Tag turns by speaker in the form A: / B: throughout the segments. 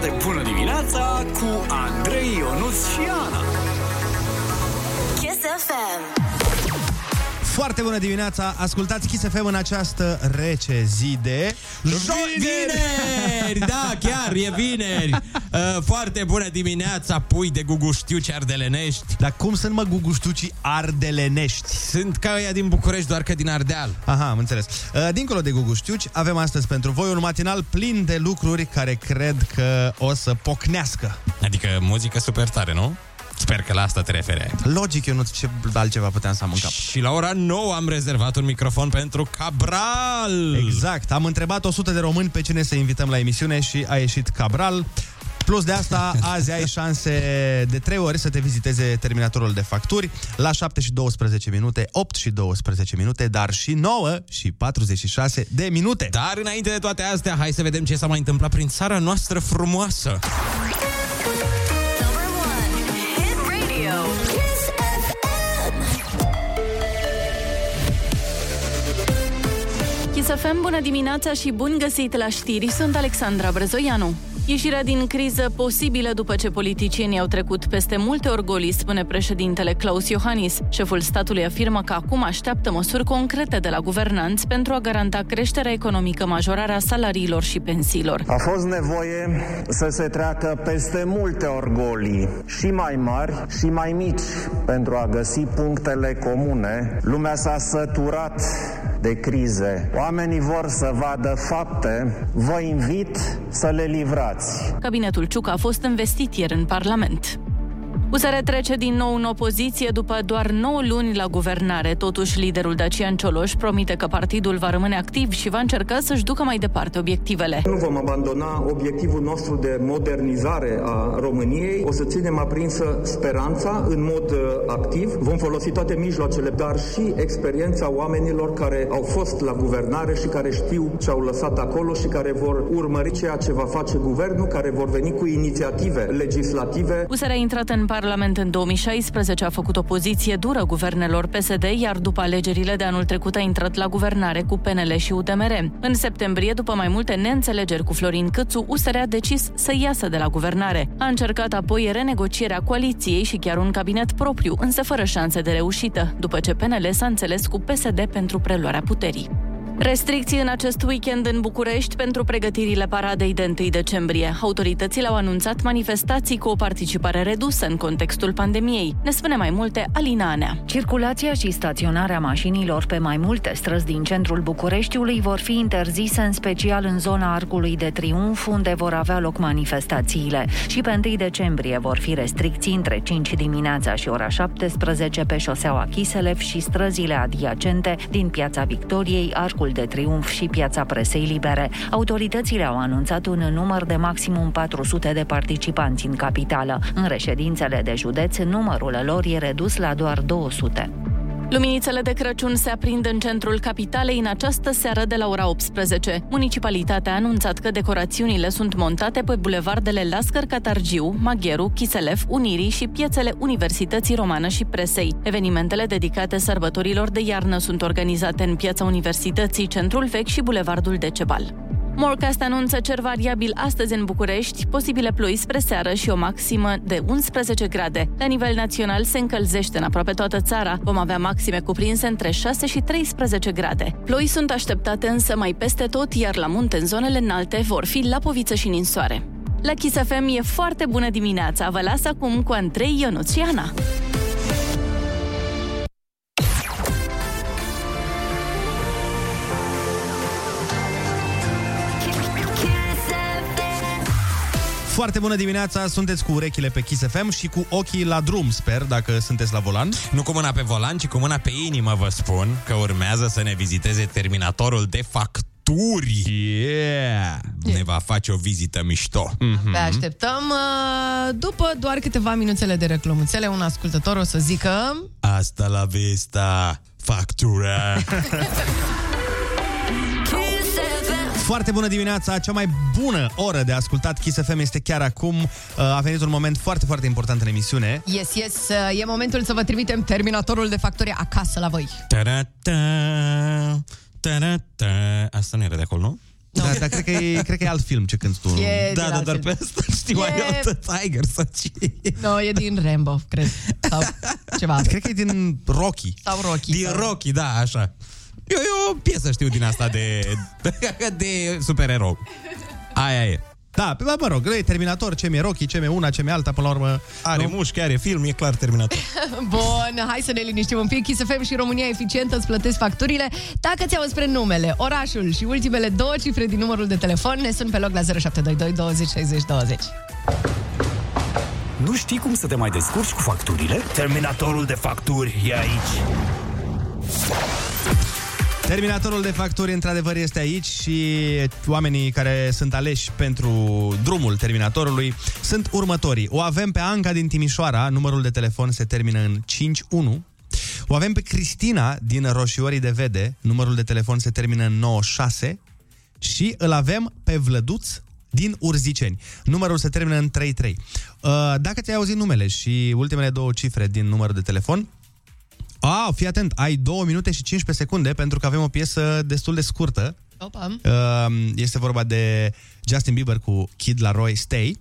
A: de bună dimineața cu Andrei Ionuț și Ana.
B: Kiss FM.
C: Foarte bună dimineața! Ascultați Kiss FM în această rece zi de...
D: Vineri! Da, chiar, e vineri! Uh, Foarte bună dimineața, pui de guguștiuci ardelenești!
C: Dar cum sunt, mă, guguștucii ardelenești?
D: Sunt ca ăia din București, doar că din Ardeal.
C: Aha, am înțeles. Uh, Dincolo de guguștiuci, avem astăzi pentru voi un matinal plin de lucruri care cred că o să pocnească.
D: Adică muzică super tare, nu? Sper că la asta te referi.
C: Logic, eu nu ce altceva puteam să am în cap.
D: Și la ora 9 am rezervat un microfon pentru Cabral!
C: Exact. Am întrebat 100 de români pe cine să invităm la emisiune și a ieșit Cabral. Plus de asta, azi ai șanse de 3 ori să te viziteze terminatorul de facturi la 7 și 12 minute, 8 și 12 minute, dar și 9 și 46 de minute.
D: Dar înainte de toate astea, hai să vedem ce s-a mai întâmplat prin țara noastră frumoasă.
B: Number one, hit radio. Kiss FM.
E: Chisafem, bună dimineața și bun găsit la știri, sunt Alexandra Brezoianu. Ieșirea din criză posibilă după ce politicienii au trecut peste multe orgolii, spune președintele Claus Iohannis. Șeful statului afirmă că acum așteaptă măsuri concrete de la guvernanți pentru a garanta creșterea economică, majorarea salariilor și pensiilor.
F: A fost nevoie să se treacă peste multe orgolii, și mai mari și mai mici, pentru a găsi punctele comune. Lumea s-a săturat de crize. Oamenii vor să vadă fapte. Vă invit să le livrați.
E: Cabinetul Ciucă a fost investit ieri în Parlament. USR trece din nou în opoziție după doar 9 luni la guvernare. Totuși, liderul Dacian Cioloș promite că partidul va rămâne activ și va încerca să-și ducă mai departe obiectivele.
G: Nu vom abandona obiectivul nostru de modernizare a României. O să ținem aprinsă speranța în mod uh, activ. Vom folosi toate mijloacele, dar și experiența oamenilor care au fost la guvernare și care știu ce au lăsat acolo și care vor urmări ceea ce va face guvernul, care vor veni cu inițiative legislative.
E: USR a intrat în Parlament în 2016, a făcut opoziție dură guvernelor PSD, iar după alegerile de anul trecut a intrat la guvernare cu PNL și UDMR. În septembrie, după mai multe neînțelegeri cu Florin Cățu, USR a decis să iasă de la guvernare. A încercat apoi renegocierea coaliției și chiar un cabinet propriu, însă fără șanse de reușită, după ce PNL s-a înțeles cu PSD pentru preluarea puterii. Restricții în acest weekend în București pentru pregătirile paradei de 1 decembrie. Autoritățile au anunțat manifestații cu o participare redusă în contextul pandemiei. Ne spune mai multe Alina Anea.
H: Circulația și staționarea mașinilor pe mai multe străzi din centrul Bucureștiului vor fi interzise, în special în zona Arcului de Triunf, unde vor avea loc manifestațiile. Și pe 1 decembrie vor fi restricții între 5 dimineața și ora 17 pe șoseaua Chiselev și străzile adiacente din Piața Victoriei, Arcul de Triunf și Piața Presei Libere. Autoritățile au anunțat un număr de maximum 400 de participanți în capitală. În reședințele de județ, numărul lor e redus la doar 200.
E: Luminițele de Crăciun se aprind în centrul capitalei în această seară de la ora 18. Municipalitatea a anunțat că decorațiunile sunt montate pe bulevardele Lascăr Catargiu, Magheru, Chiselef, Unirii și piețele Universității Romană și Presei. Evenimentele dedicate sărbătorilor de iarnă sunt organizate în piața Universității, Centrul Vechi și Bulevardul Decebal. Morcast anunță cer variabil astăzi în București, posibile ploi spre seară și o maximă de 11 grade. La nivel național se încălzește în aproape toată țara. Vom avea maxime cuprinse între 6 și 13 grade. Ploi sunt așteptate însă mai peste tot, iar la munte în zonele înalte vor fi lapoviță și ninsoare. La Kiss FM e foarte bună dimineața. Vă las acum cu Andrei Ionuț și Ana.
B: Kiss FM.
C: Foarte bună dimineața, sunteți cu urechile pe Kiss FM și cu ochii la drum, sper, dacă sunteți la volan.
D: Nu cu mâna pe volan, ci cu mâna pe inimă vă spun că urmează să ne viziteze terminatorul de facturi. Yeah! Ne va face o vizită mișto.
C: Mhm.
D: Mm.
I: Abia așteptăm. uh, După doar câteva minuțele de reclămuțele, un ascultător o să zică...
D: Asta la vista, factura.
B: Kiss FM.
C: Foarte bună dimineața! Cea mai bună oră de ascultat Kiss FM este chiar acum. Uh, A venit un moment foarte, foarte important în emisiune.
I: Yes, yes, uh, e momentul să vă trimitem terminatorul de factorie acasă la voi.
D: Ta-ra-ta, ta-ra-ta. Asta nu Da, era de acolo, nu?
C: Da, dar cred că, e, cred că e alt film ce cânti tu. nu?
I: E din alt film.
D: asta știu
I: E-
D: Tiger sau ce e.
I: Nu, no, e din Rambo, cred. Sau ceva.
C: Cred că e din Rocky.
I: Sau Rocky.
D: Din
I: sau-
D: Rocky, da, așa. Eu, eu o piesă știu din asta de, de supererou. Aia e.
C: Da, pe- mă rog, e Terminator, ce mi-e Rocky, ce mi-e una, ce mi-e alta, până la urmă...
D: Are
C: nu?
D: mușchi, are film, e clar terminat.
I: Bun, hai să ne liniștim un pic. Kiss FM și România Eficientă îți plătesc facturile. Dacă ți-au spre numele, orașul și ultimele două cifre din numărul de telefon, ne sun pe loc la 0722 20 60 20.
A: Nu știi cum să te mai descurci cu facturile? Terminatorul de facturi e aici.
C: Terminatorul de facturi, într-adevăr, este aici și oamenii care sunt aleși pentru drumul Terminatorului sunt următorii. O avem pe Anca din Timișoara, numărul de telefon se termină în 51. O avem pe Cristina din Roșiorii de Vede, numărul de telefon se termină în 96. Și îl avem pe Vlăduț din Urziceni. Numărul se termină în 33. Uh, Dacă ți-ai auzit numele și ultimele două cifre din numărul de telefon, a, Ah, fii atent, ai 2 minute și 15 secunde pentru că avem o piesă destul de scurtă.
I: Opa.
C: Uh, Este vorba de Justin Bieber cu Kid Laroi Stay.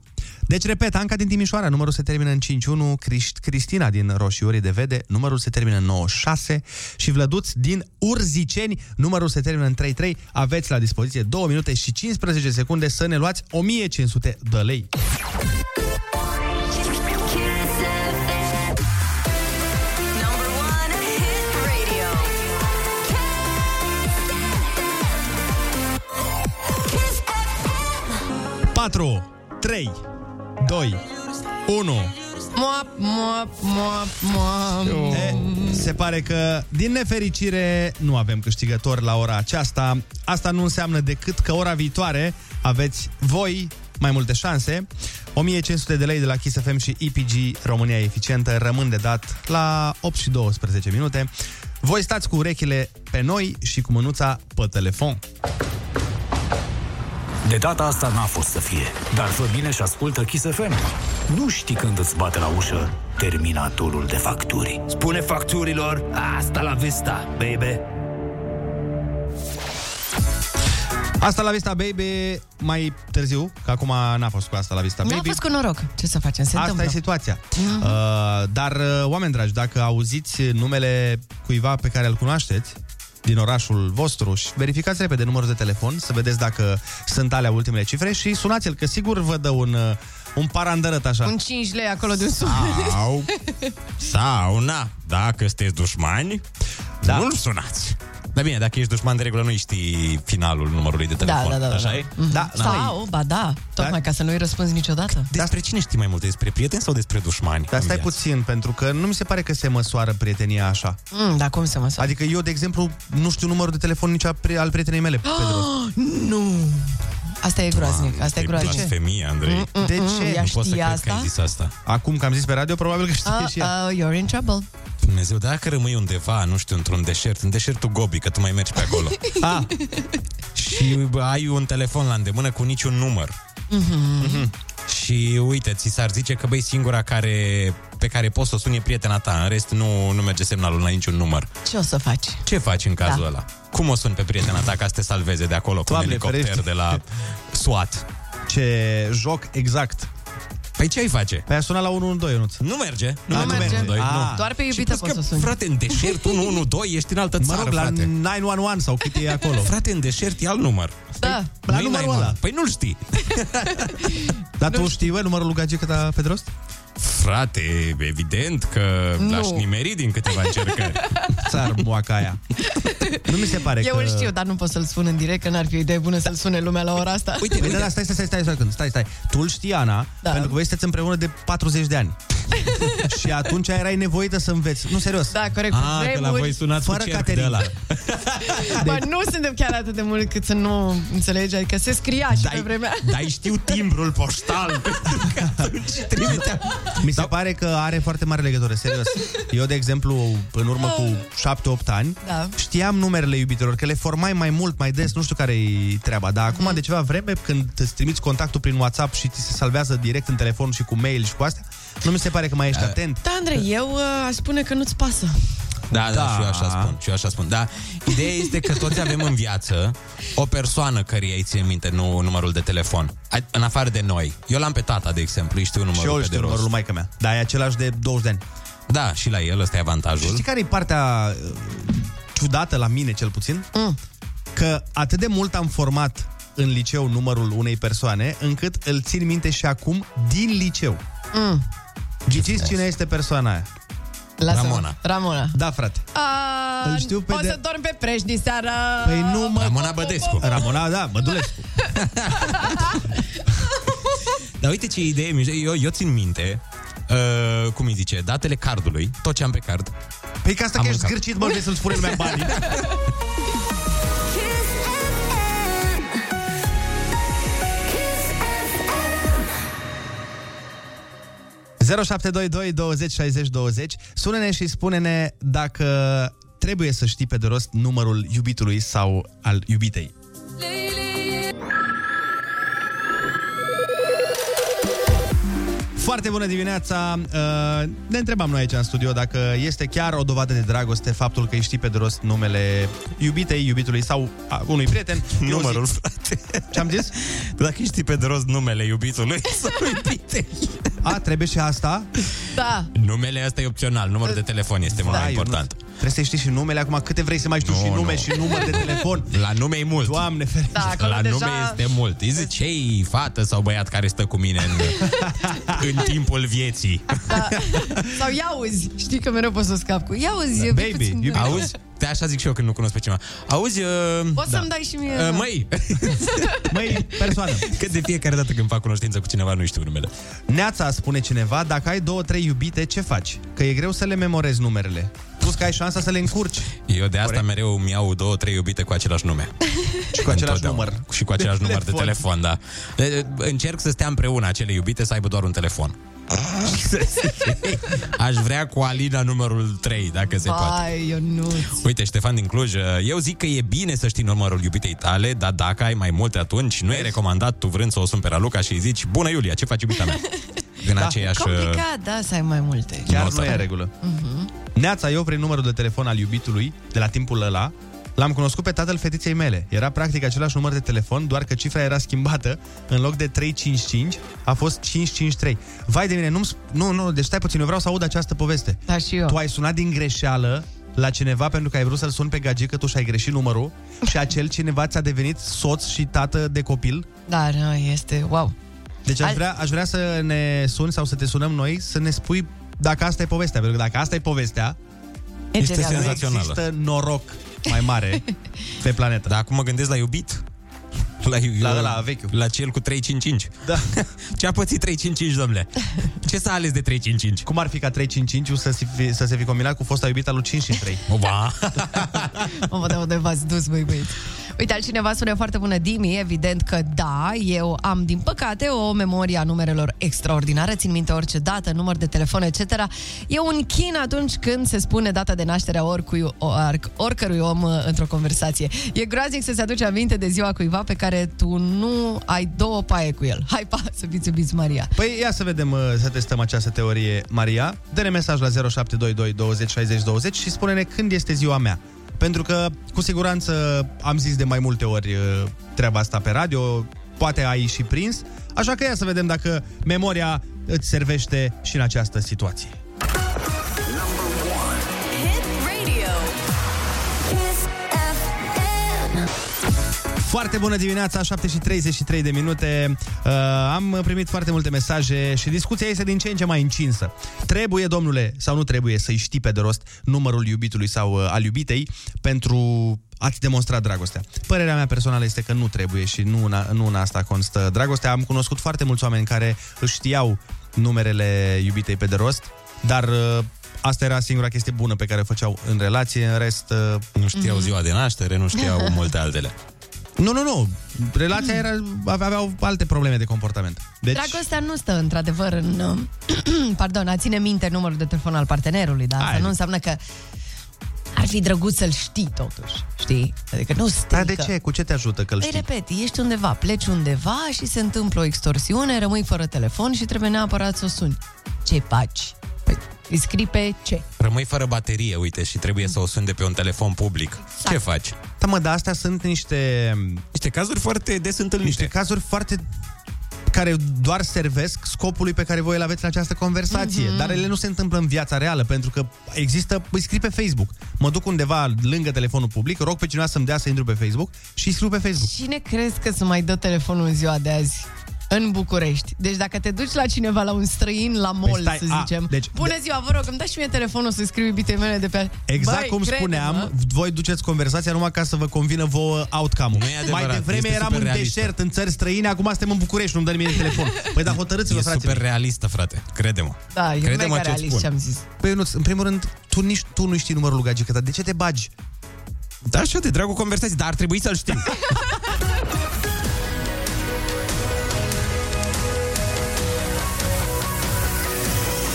C: Deci, repet, Anca din Timișoara, numărul se termină în 51, Crist- Cristina din Roșiorii de Vede, numărul se termină în 96 și Vlăduț din Urziceni, numărul se termină în 33. Aveți la dispoziție 2 minute și 15 secunde să ne luați 1500 de lei.
B: Kiss FM. Number one hit radio. Kiss FM.
C: 4, 3, 2, 1...
I: Moap, moap, moap, moap.
C: E, se pare că, din nefericire, nu avem câștigător la ora aceasta. Asta nu înseamnă decât că ora viitoare aveți voi mai multe șanse. 1500 de lei de la Kiss FM și EPG România Eficientă rămân de dat la 8 și 12 minute. Voi stați cu urechile pe noi și cu mânuța pe telefon.
A: De data asta n-a fost să fie, dar fă bine și ascultă Kiss FM. Nu știi când îți bate la ușă terminatorul de facturi. Spune facturilor, asta la vista, baby.
C: Asta la Vista Baby mai târziu, că acum n-a fost cu asta la Vista
I: N-a
C: Baby.
I: fost cu noroc. Ce să facem? Se
C: Asta e
I: întâmplă.
C: situația. Uh, dar, uh, oameni dragi, dacă auziți numele cuiva pe care îl cunoașteți din orașul vostru și verificați repede numărul de telefon să vedeți dacă sunt alea ultimele cifre și sunați-l, că sigur vă dă un, uh, un parandărăt așa. Ah,
I: Un 5 lei acolo de un sub.
D: Sau, sau, na, dacă sunteți dușmani,
C: Da.
D: da. nu-l sunați. Dar bine, dacă ești dușman, de regulă nu știi finalul numărului de telefon.
I: da, da, da,
D: așa
I: da.
D: e?
C: Da,
I: Sau, ba da, tocmai ca să nu-i răspunzi niciodată.
D: Despre cine știi mai multe? Despre prieteni sau despre dușmani?
C: Dar
D: în
C: stai
D: viață?
C: puțin, pentru că nu mi se pare că se măsoară prietenia așa.
I: Mm, dar cum să mă
C: Adică eu, de exemplu, nu știu numărul de telefon nici a pri- al prietenei mele. pe rost.
I: Nu! Asta e groaznic, asta e groaznic.
D: blasfemie,
I: Mm.
D: Andrei. Nu
C: De
I: Ea
C: ce?
D: pot să
I: știe
D: cred că
I: asta?
D: ai zis asta.
C: Acum că am zis pe radio, probabil că știe
I: Uh,
C: și ea.
I: uh, you're in trouble.
D: Dumnezeu, dacă rămâi undeva, nu știu, într-un deșert, în deșertul Gobi, că tu mai mergi pe acolo,
C: Ah,
D: și bă, ai un telefon la îndemână cu niciun număr. Mhm. Și uite, ți s-ar zice că băi singura care, pe care poți să o suni e prietena ta, în rest nu, nu merge semnalul la niciun număr.
I: Ce o să faci?
D: Ce faci în cazul
I: Da.
D: da. ăla? Cum o suni pe prietena ta ca să te salveze de acolo cu
C: Doamne
D: un elicopter
C: ferește.
D: de la SWAT?
C: ce joc exact.
D: Păi ce ai face?
C: Păi a sunat la 112, Ionuț.
D: Nu merge. Nu,
C: Da, nu merge.
D: Doi,
C: Ah.
D: nu.
I: Doar pe
D: Și
I: iubită
D: plus
I: poți
D: că,
I: să suni.
D: frate, în deșert 112 ești în altă
C: Mă
D: țară,
C: rog, la
D: frate.
C: 911 sau cât e acolo.
D: Frate, în deșert e alt număr.
I: Da.
C: La
D: Nu-i
C: numărul
D: 911.
C: ăla.
D: Păi nu-l știi.
C: Dar tu știi, bă, numărul lui Gagi cât a pe de rost?
D: Frate, evident că
I: Nu.
D: l-aș nimeri din câteva încercări.
C: Țar moaca aia. Nu mi se pare
I: Eu
C: că...
I: îl știu, da. dar nu pot să-l spun în direct, că n-ar fi o idee bună să-l sune lumea la ora asta.
D: Uite,
C: Păi
D: uite,
C: da, da, stai, stai, stai, stai, stai, stai, stai, stai. Tu îl știi, Ana,
I: Da.
C: da. pentru că voi sunteți împreună de 40 de ani. și atunci erai nevoită să înveți. Nu, serios. Ah,
I: Da, corect.
D: A, că la voi sunați
C: fără
D: cu cerc
C: Caterin.
D: de ăla.
C: Deci,
I: Bă, nu suntem chiar atât de mult cât să nu înțelegi, adică se scria și pe vremea.
D: dai știu timbrul poștal. Da.
C: Mi se pare că are foarte mare legătură, serios. Eu, de exemplu, în urmă cu 7-8 ani,
I: Oh. Da.
C: știam numerele iubitorilor, că le formai mai mult, mai des, nu știu care e treaba, dar
I: Mhm.
C: acum de ceva vreme, când îți trimiți contactul prin WhatsApp și ți se salvează direct în telefon și cu mail și cu astea, nu mi se pare că mai ești atent.
I: Da, Andrei, eu uh, aș spune că nu-ți pasă.
D: Da,
C: Da.
D: da, da, și eu așa spun, și eu așa spun. Da, ideea este că toți avem în viață o persoană care îi ține minte nu, numărul de telefon, A- în afară de noi. Eu l-am pe tata, de exemplu, îi știu numărul
C: Și eu
D: pe
C: îl
D: de
C: știu
D: rost.
C: numărul maică mea. Dar e același de 20 de ani.
D: Da, și la el ăsta e avantajul.
C: Știi care e partea uh, ciudată la mine, cel puțin? Mm. Că atât de mult am format în liceu numărul unei persoane, încât îl țin minte și acum din liceu.
I: Mm.
C: Ghiciți cine este persoana aia?
I: Lasă-mă.
D: Ramona.
I: Ramona.
C: Da, frate.
I: A,
C: Îl știu pe
I: o
C: de-
I: Uh, să dorm pe preș din seara.
C: Păi nu mă...
D: Ramona Bădescu.
C: Ramona, da, Bădulescu.
D: Dar uite ce idee mișto. Eu, eu țin minte, uh, cum îi zice, datele cardului, tot ce am pe card.
C: Păi că asta
D: Am
C: că ești
D: mâncat.
C: zgârcit, mă, vrei să-l spune lumea banii.
B: Kiss FM. Kiss FM.
C: 0722 20 60 20 Sună-ne și spune-ne dacă trebuie să știi pe de rost numărul iubitului sau al iubitei. Foarte bună dimineața! Uh, Ne întrebam noi aici în studio dacă este chiar o dovadă de dragoste faptul că îi știi pe de rost numele iubitei, iubitului sau a unui prieten. Eu
D: Numărul,
C: zic-
D: frate. Da.
C: Ce-am zis?
D: Dacă știi pe de rost numele iubitului sau iubitei.
C: A, trebuie și asta?
I: Da.
D: Numele asta e opțional, numărul de telefon este mult mai
C: Da, Ionuț,
D: important.
C: Trebuie să știi și numele acum. Câte vrei să mai știu
D: Nu,
C: și nume
D: nu.
C: și număr de telefon?
D: La nume e mult.
C: Doamne ferește!
I: Da, acolo
D: La
I: deja...
D: nume este mult. Îi zice, ei, fată sau băiat care stă cu mine în, în timpul vieții.
I: Sau ia auzi, știi că mereu poți să scap cu ia auzi, da,
C: baby, iubi-
D: Auzi? Te așa zic și eu când nu cunosc pe cineva. Auzi, uh,
I: Poți să-mi dai și mie,
D: Uh,
I: da.
D: măi,
C: Măi, persoană!
D: că de fiecare dată când fac cunoștință cu cineva nu știu numele.
C: Neața spune cineva, dacă ai două, trei iubite, ce faci? Că e greu să le memorezi numerele. Plus că ai șansa să le încurci
D: Eu de asta mereu îmi iau două, trei iubite cu același nume.
C: și cu același
D: Întotdeauna.
C: număr.
D: Și cu același număr de
C: telefon.
D: telefon, da. E, Încerc să stea împreună acele iubite, să aibă doar un telefon. Și să zic, Aș vrea cu Alina numărul 3, dacă se poate.
I: Ai, eu nu.
D: Uite, Ștefan din Cluj, uh, eu zic că e bine să știi numărul iubitei tale, dar dacă ai mai multe atunci, nu e recomandat tu vrând să o suni pe Raluca și îi zici, bună Iulia, ce faci iubita mea? În da, aceeași...
I: Complicat, da, să ai mai multe.
C: Chiar
D: Nu,
C: nu e
D: da.
C: în regulă. Neața, eu prin numărul de telefon al iubitului, de la timpul ăla, L-am cunoscut pe tatăl fetiței mele. Era practic același număr de telefon, doar că cifra era schimbată. În loc de 355, a fost 553. Vai de mine, nu-mi sp- nu, nu, deci stai puțin, eu vreau să aud această poveste.
I: Da, și eu.
C: Tu ai sunat din greșeală la cineva pentru că ai vrut să-l suni pe gagică, tu și-ai greșit numărul și acel cineva ți-a devenit soț și tată de copil.
I: Dar nu, este, wow.
C: Deci aș
I: Al-
C: vrea, aș vrea să ne suni sau să te sunăm noi să ne spui dacă asta e povestea. Pentru că dacă asta e povestea,
I: E
D: Este
I: genial.
D: senzațional.
C: nu
D: Senzațională.
C: există noroc mai mare pe planetă.
D: Dar acum mă gândesc la iubit. La, iu-
C: La ăla vechiul.
D: La cel cu 355.
C: Da.
D: Ce a pățit 355, domnule? Ce s-a ales de 355?
C: Cum ar fi ca 355 să, se fi, să se fi combinat cu fosta iubită lui 553?
D: Oba!
I: Mă văd de unde v-ați dus, băi băieți. Uite, altcineva spune foarte bună, Dimi, evident că da, eu am, din păcate, o memorie a numerelor extraordinară, țin minte orice dată, număr de telefon, etc. E un chin atunci când se spune data de naștere a oricui, orc, oricărui om uh, într-o conversație. E groaznic să se aduce aminte de ziua cuiva pe care tu nu ai două paie cu el. Hai, pa, să fiți iubiți, Maria.
C: Păi ia să vedem, uh, să testăm această teorie, Maria. Dă-ne mesaj la 0722 20 60 20 și spune-ne când este ziua mea. Pentru că, cu siguranță, am zis de mai multe ori uh, treaba asta pe radio, poate ai și prins, așa că ia să vedem dacă memoria îți servește și în această situație.
B: Hit radio. Kiss FM.
C: Foarte bună dimineața, 7 și 33 de minute. Uh, am primit foarte multe mesaje și discuția este din ce în ce mai încinsă. Trebuie, domnule, sau nu trebuie să-i știi pe de rost numărul iubitului sau uh, al iubitei pentru a-ți demonstra dragostea. Părerea mea personală este că nu trebuie și nu în, a- nu în asta constă dragostea. Am cunoscut foarte mulți oameni care își știau numerele iubitei pe de rost, dar uh, asta era singura chestie bună pe care o făceau în relație. În rest, uh,
D: Nu știau ziua de naștere, nu știau multe altele.
C: nu, nu, nu. Relația era, ave- aveau alte probleme de comportament. Deci,
I: Dragostea nu stă într-adevăr în... uh, pardon, a ține minte numărul de telefon al partenerului, dar asta
C: Hai.
I: nu înseamnă că ar fi drăguț să-l știi totuși, știi? Adică nu strică.
C: dar de ce? Cu ce te ajută că îl
I: Păi
C: știi?
I: repet, ești undeva, pleci undeva și se întâmplă o extorsiune, rămâi fără telefon și trebuie neapărat să o suni. Ce faci? Păi, Îi scrii pe ce?
D: Rămâi fără baterie, uite, și trebuie să o suni de pe un telefon public. Ce faci?
C: Da, mă, dar astea sunt niște,
D: Exact. Niște cazuri foarte des întâlnite.
C: niște cazuri foarte care doar servesc scopului pe care voi îl aveți în această conversație. Mm-hmm. Dar ele nu se întâmplă în viața reală, pentru că există... Îi scrii pe Facebook. Mă duc undeva lângă telefonul public, rog pe cineva să-mi dea să intru pe Facebook și îi scriu pe Facebook.
I: Cine crezi că să mai dă telefonul în ziua de azi? În București. Deci dacă te duci la cineva, la un străin, la mall,
C: stai,
I: să
C: a,
I: zicem.
C: deci-
I: Bună ziua, vă rog, îmi dați și mie telefonul să scriu iubitei mele de pe...
C: Exact
I: Băi,
C: cum
I: crede-mă.
C: spuneam, voi duceți conversația numai ca să vă convină vouă outcome-ul.
D: Nu e adevărat,
C: Mai devreme
D: este
C: eram în
D: super realistă.
C: deșert, în țări străine, acum suntem în București, nu-mi dă nimeni telefon. Păi da, hotărâți-vă,
D: E
C: fraților.
D: super realistă, frate. Crede-mă.
I: Da, e
D: Crede-mă
I: mega
D: ce-ți
I: realist
D: spun.
I: ce am zis.
C: Păi nu, în primul rând, tu nici tu nu știi numărul lui Gagică, dar de ce te bagi?
D: Da, și eu de dragul conversații, dar ar trebui să-l știm.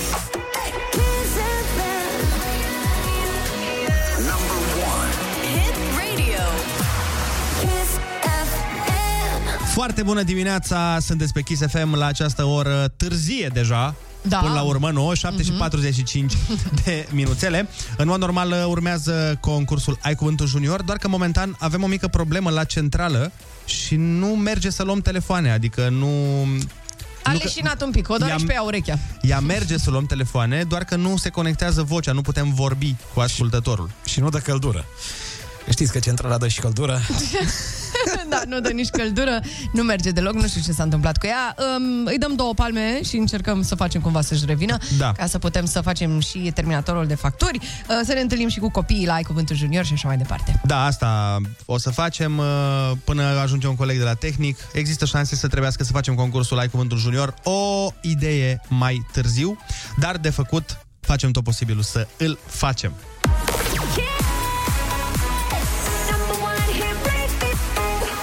B: Kiss FM. Number one. Hit radio. Kiss FM.
C: Foarte bună dimineața, sunteți pe Kiss FM la această oră târzie deja.
I: Da. Mhm.
C: Până la urmă 9, 7 și 45 de minuțele. În mod normal uh, urmează concursul Ai Cuvântul Junior, doar că momentan avem o mică problemă la centrală și nu merge să luăm telefoane, adică nu...
I: A
C: nu că-
I: leșinat un pic, o doare
C: I-am-
I: și pe ea urechea.
C: Ea merge să luăm telefoane, doar că nu se conectează vocea, nu putem vorbi cu ascultătorul.
D: și nu dă căldură. Știți că centrala dă și căldură?
I: da, nu dă nici căldură, nu merge deloc, nu știu ce s-a întâmplat cu ea. Um, îi dăm două palme și încercăm să facem cumva să-și revină,
C: Da.
I: ca să putem să facem și terminatorul de facturi, uh, să ne întâlnim și cu copiii la Ai Cuvântul Junior și așa mai departe.
C: Da, asta o să facem uh, până ajunge un coleg de la tehnic. Există șanse să trebuiască să facem concursul Ai Cuvântul Junior o idee mai târziu, dar de făcut facem tot posibilul să îl facem.
B: Number one hit radio.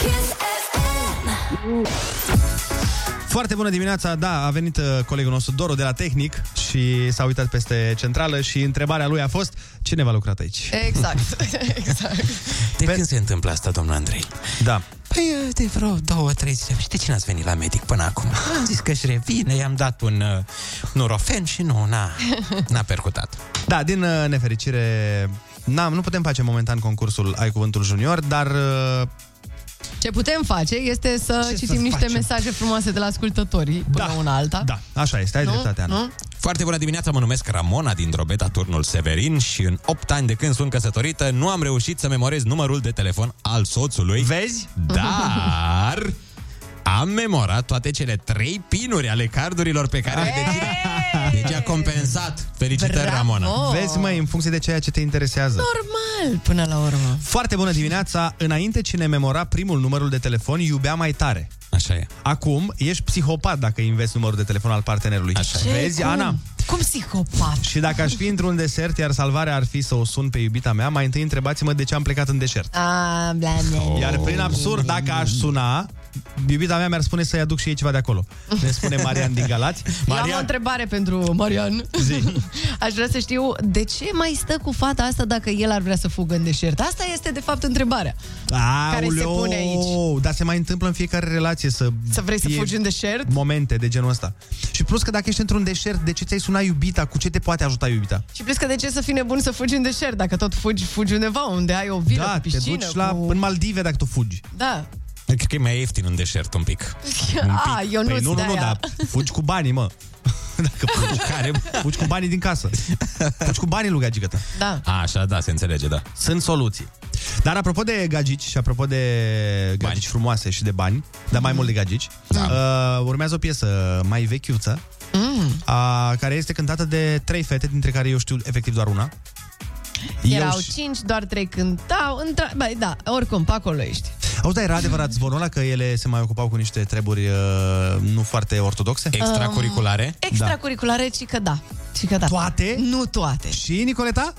B: Kiss FM.
C: Foarte bună dimineața, da, a venit uh, colegul nostru Doru de la tehnic și s-a uitat peste centrală și întrebarea lui a fost cine v-a lucrat aici?
I: Exact, exact.
D: De când se întâmplă asta, domnul Andrei?
C: Da.
D: Păi de vreo două, trei zile. Și de ce n-ați venit la medic până acum? Am zis că-și revine, i-am dat un uh, nurofen și nu, n-a, n-a percutat.
C: Da, din uh, nefericire n-am, nu putem face momentan concursul Ai Cuvântul Junior, dar uh,
I: Ce putem face este să
C: Ce
I: citim
C: să
I: niște
C: facem?
I: mesaje frumoase de la ascultătorii până
C: Da.
I: una alta.
C: da, așa este, ai
I: Nu?
C: dreptate, Ana.
I: Nu?
D: Foarte bună dimineața, mă numesc Ramona din Drobeta, turnul Severin și în 8 ani de când sunt căsătorită nu am reușit să memorez numărul de telefon al soțului.
C: Vezi?
D: Dar am memorat toate cele trei pinuri ale cardurilor pe care le dețin. Deci a compensat. Felicitări,
I: Bravo!
D: Ramona.
C: Vezi, măi, în funcție de ceea ce te interesează.
I: Normal, până la urmă.
C: Foarte bună dimineața! Înainte cine memora primul numărul de telefon, iubea mai tare.
D: Așa e.
C: Acum ești psihopat dacă investi numărul de telefon al partenerului.
D: Așa e.
I: Ce?
C: Vezi,
I: Cum?
C: Ana?
I: Cum psihopat?
C: Și dacă aș fi într-un desert, iar salvarea ar fi să o sun pe iubita mea, mai întâi întrebați-mă de ce am plecat în desert.
I: Ah, bla, bla,
D: Oh.
I: bla.
C: Iar prin absurd, dacă aș suna, iubita mea mi-ar spune să-i aduc și ei ceva de acolo. Ne spune Marian din Galați.
I: Marian. Eu am o întrebare pentru Marian. Aș vrea să știu de ce mai stă cu fata asta dacă el ar vrea să fugă în deșert. Asta este, de fapt, întrebarea. care se
C: Aoleo!
I: pune aici.
C: Dar se mai întâmplă în fiecare relație să...
I: Să vrei să
C: fie
I: fugi în deșert?
C: Momente de genul ăsta. Și plus că dacă ești într-un deșert, de ce ți-ai sunat iubita? Cu ce te poate ajuta iubita?
I: Și plus că de ce să fii nebun să fugi în deșert? Dacă tot fugi, fugi undeva unde ai o vilă
C: da,
I: cu
C: te
I: piscină.
C: duci la,
I: cu...
C: în Maldive dacă tu fugi.
I: Da.
D: Eu Cred că e mai ieftin în deșert un pic.
I: A, eu nu
C: păi nu, nu, nu, da. Fugi cu banii, mă. dacă fugi.
D: Care...
C: Fugi cu banii din casă. Fugi cu banii lui gagică ta.
I: da.
D: A, așa, da, se înțelege, da.
C: Sunt soluții. Dar apropo de gagici și apropo de gagici
D: Bani.
C: frumoase și de bani, dar
I: Mm.
C: mai mult de gagici,
D: Da.
C: uh, urmează o piesă mai vechiuță,
I: Mm.
C: a, care este cântată de trei fete, dintre care eu știu efectiv doar una.
I: Erau
C: eu și...
I: cinci, doar trei cântau. Întra... Băi, da, oricum, pe acolo ești.
C: Auzi, dar era adevărat zvonul ăla că ele se mai ocupau cu niște treburi uh, nu foarte ortodoxe?
D: Extracurriculare?
I: Da. Extracurriculare, ci că da. Ci că da.
C: Toate?
I: Nu toate.
C: Și Nicoleta?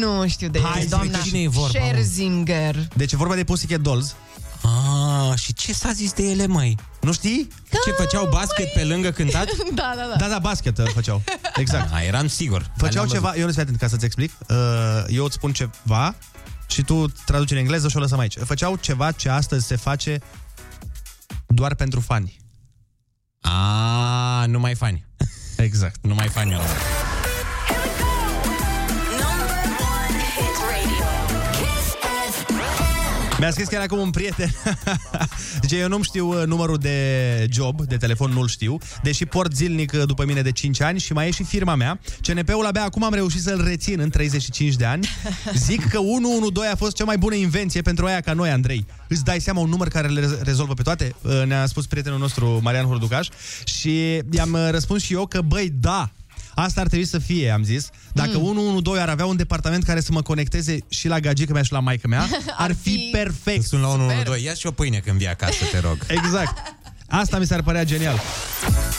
I: Nu știu de
D: Hai
I: ei,
D: să
I: doamna
D: vedem cine e vorba, mă.
I: Scherzinger.
C: Deci e vorba de Pussycat Dolls.
D: Ah, și ce s-a zis de ele, măi?
C: Nu știi?
D: Ce făceau basket pe lângă cântat?
I: Da, da, da.
C: Da, da, basket uh, făceau. Exact.
D: A, eram sigur.
C: Făceau
D: Alea am
C: ceva, eu nu sunt atent ca să-ți explic. Uh, Eu îți spun ceva și tu traduci în engleză și o lăsăm aici. Făceau ceva ce astăzi se face doar pentru fani.
D: văzut. A, numai fani.
C: Exact.
D: Numai fani eu.
C: Mi-a scris chiar acum un prieten. Zice, eu nu știu uh, numărul de job, de telefon nu-l știu, deși port zilnic uh, după mine de 5 ani și mai e și firma mea. CNP-ul abia acum am reușit să-l rețin în 35 de ani. Zic că 112 a fost cea mai bună invenție pentru aia ca noi, Andrei. Îți dai seama un număr care le rez- rezolvă pe toate? Uh, Ne-a spus prietenul nostru, Marian Hurducaș, și i-am uh, răspuns și eu că, băi, da, Asta ar trebui să fie, am zis. Dacă
I: Hmm.
C: mm. 112 ar avea un departament care să mă conecteze și la gagică mea și la maică mea, ar fi perfect.
D: Sunt la 112. Ia și o pâine când vii acasă, te rog.
C: Exact. Asta mi s-ar părea genial.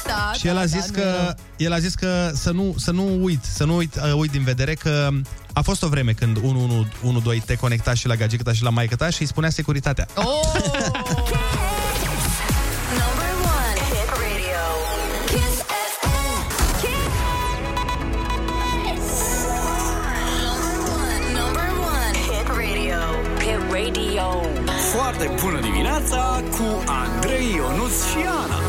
I: Da,
C: Și el
I: da,
C: a zis
I: da, nu,
C: că el a zis că să nu să nu uit, să nu uit, uh, uit din vedere că a fost o vreme când 112 te conecta și la gagică ta și la maică ta și îi spunea securitatea.
I: nu. Oh!
B: Number one. Hit radio. Kiss FM. Kiss. Number one. Number one. Hit radio. Hit radio.
A: Foarte bună dimineața cu Andrei Ionuț și Ana.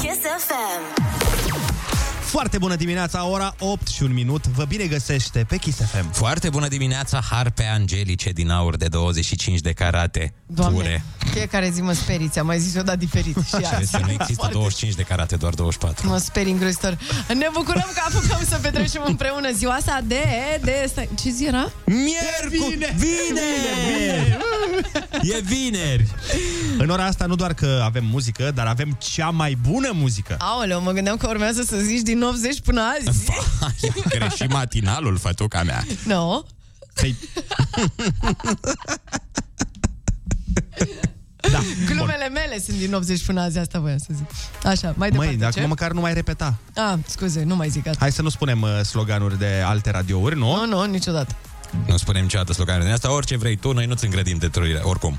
B: Kiss FM.
C: Foarte bună dimineața, ora 8 și un minut. Vă bine găsește pe Kiss FM.
D: Foarte bună dimineața, harpe angelice din aur de 25 de carate.
I: Doamne,
D: Pure.
I: fiecare zi mă speriți, am mai zis o dată diferit și
D: Vezi
I: azi.
D: că nu există 25 de carate, doar 24.
I: Mă speri îngrozitor. Ne bucurăm că apucăm să petrecem împreună ziua asta de... de stai, ce zi era?
D: Miercuri! Vineri! Vineri! E vineri!
C: În ora asta nu doar că avem muzică, dar avem cea mai bună muzică.
I: Aoleu, mă gândeam că urmează să zici din 80 până azi.
C: Ah.
D: Vai, a greșit matinalul, fătuca mea.
I: Nu? No?
C: Păi... da. Bun.
I: Glumele mele sunt din 80 până azi, asta voiam să zic. Așa, mai departe,
C: Măi, de
I: ce?
C: acum măcar nu mai repeta.
I: Ah, scuze, nu mai zic asta.
C: Hai să nu spunem uh, sloganuri de alte radiouri, nu?
I: Nu, nu, niciodată.
D: Nu spunem niciodată sloganul din asta, orice vrei tu, noi nu-ți îngrădim de trăire, oricum.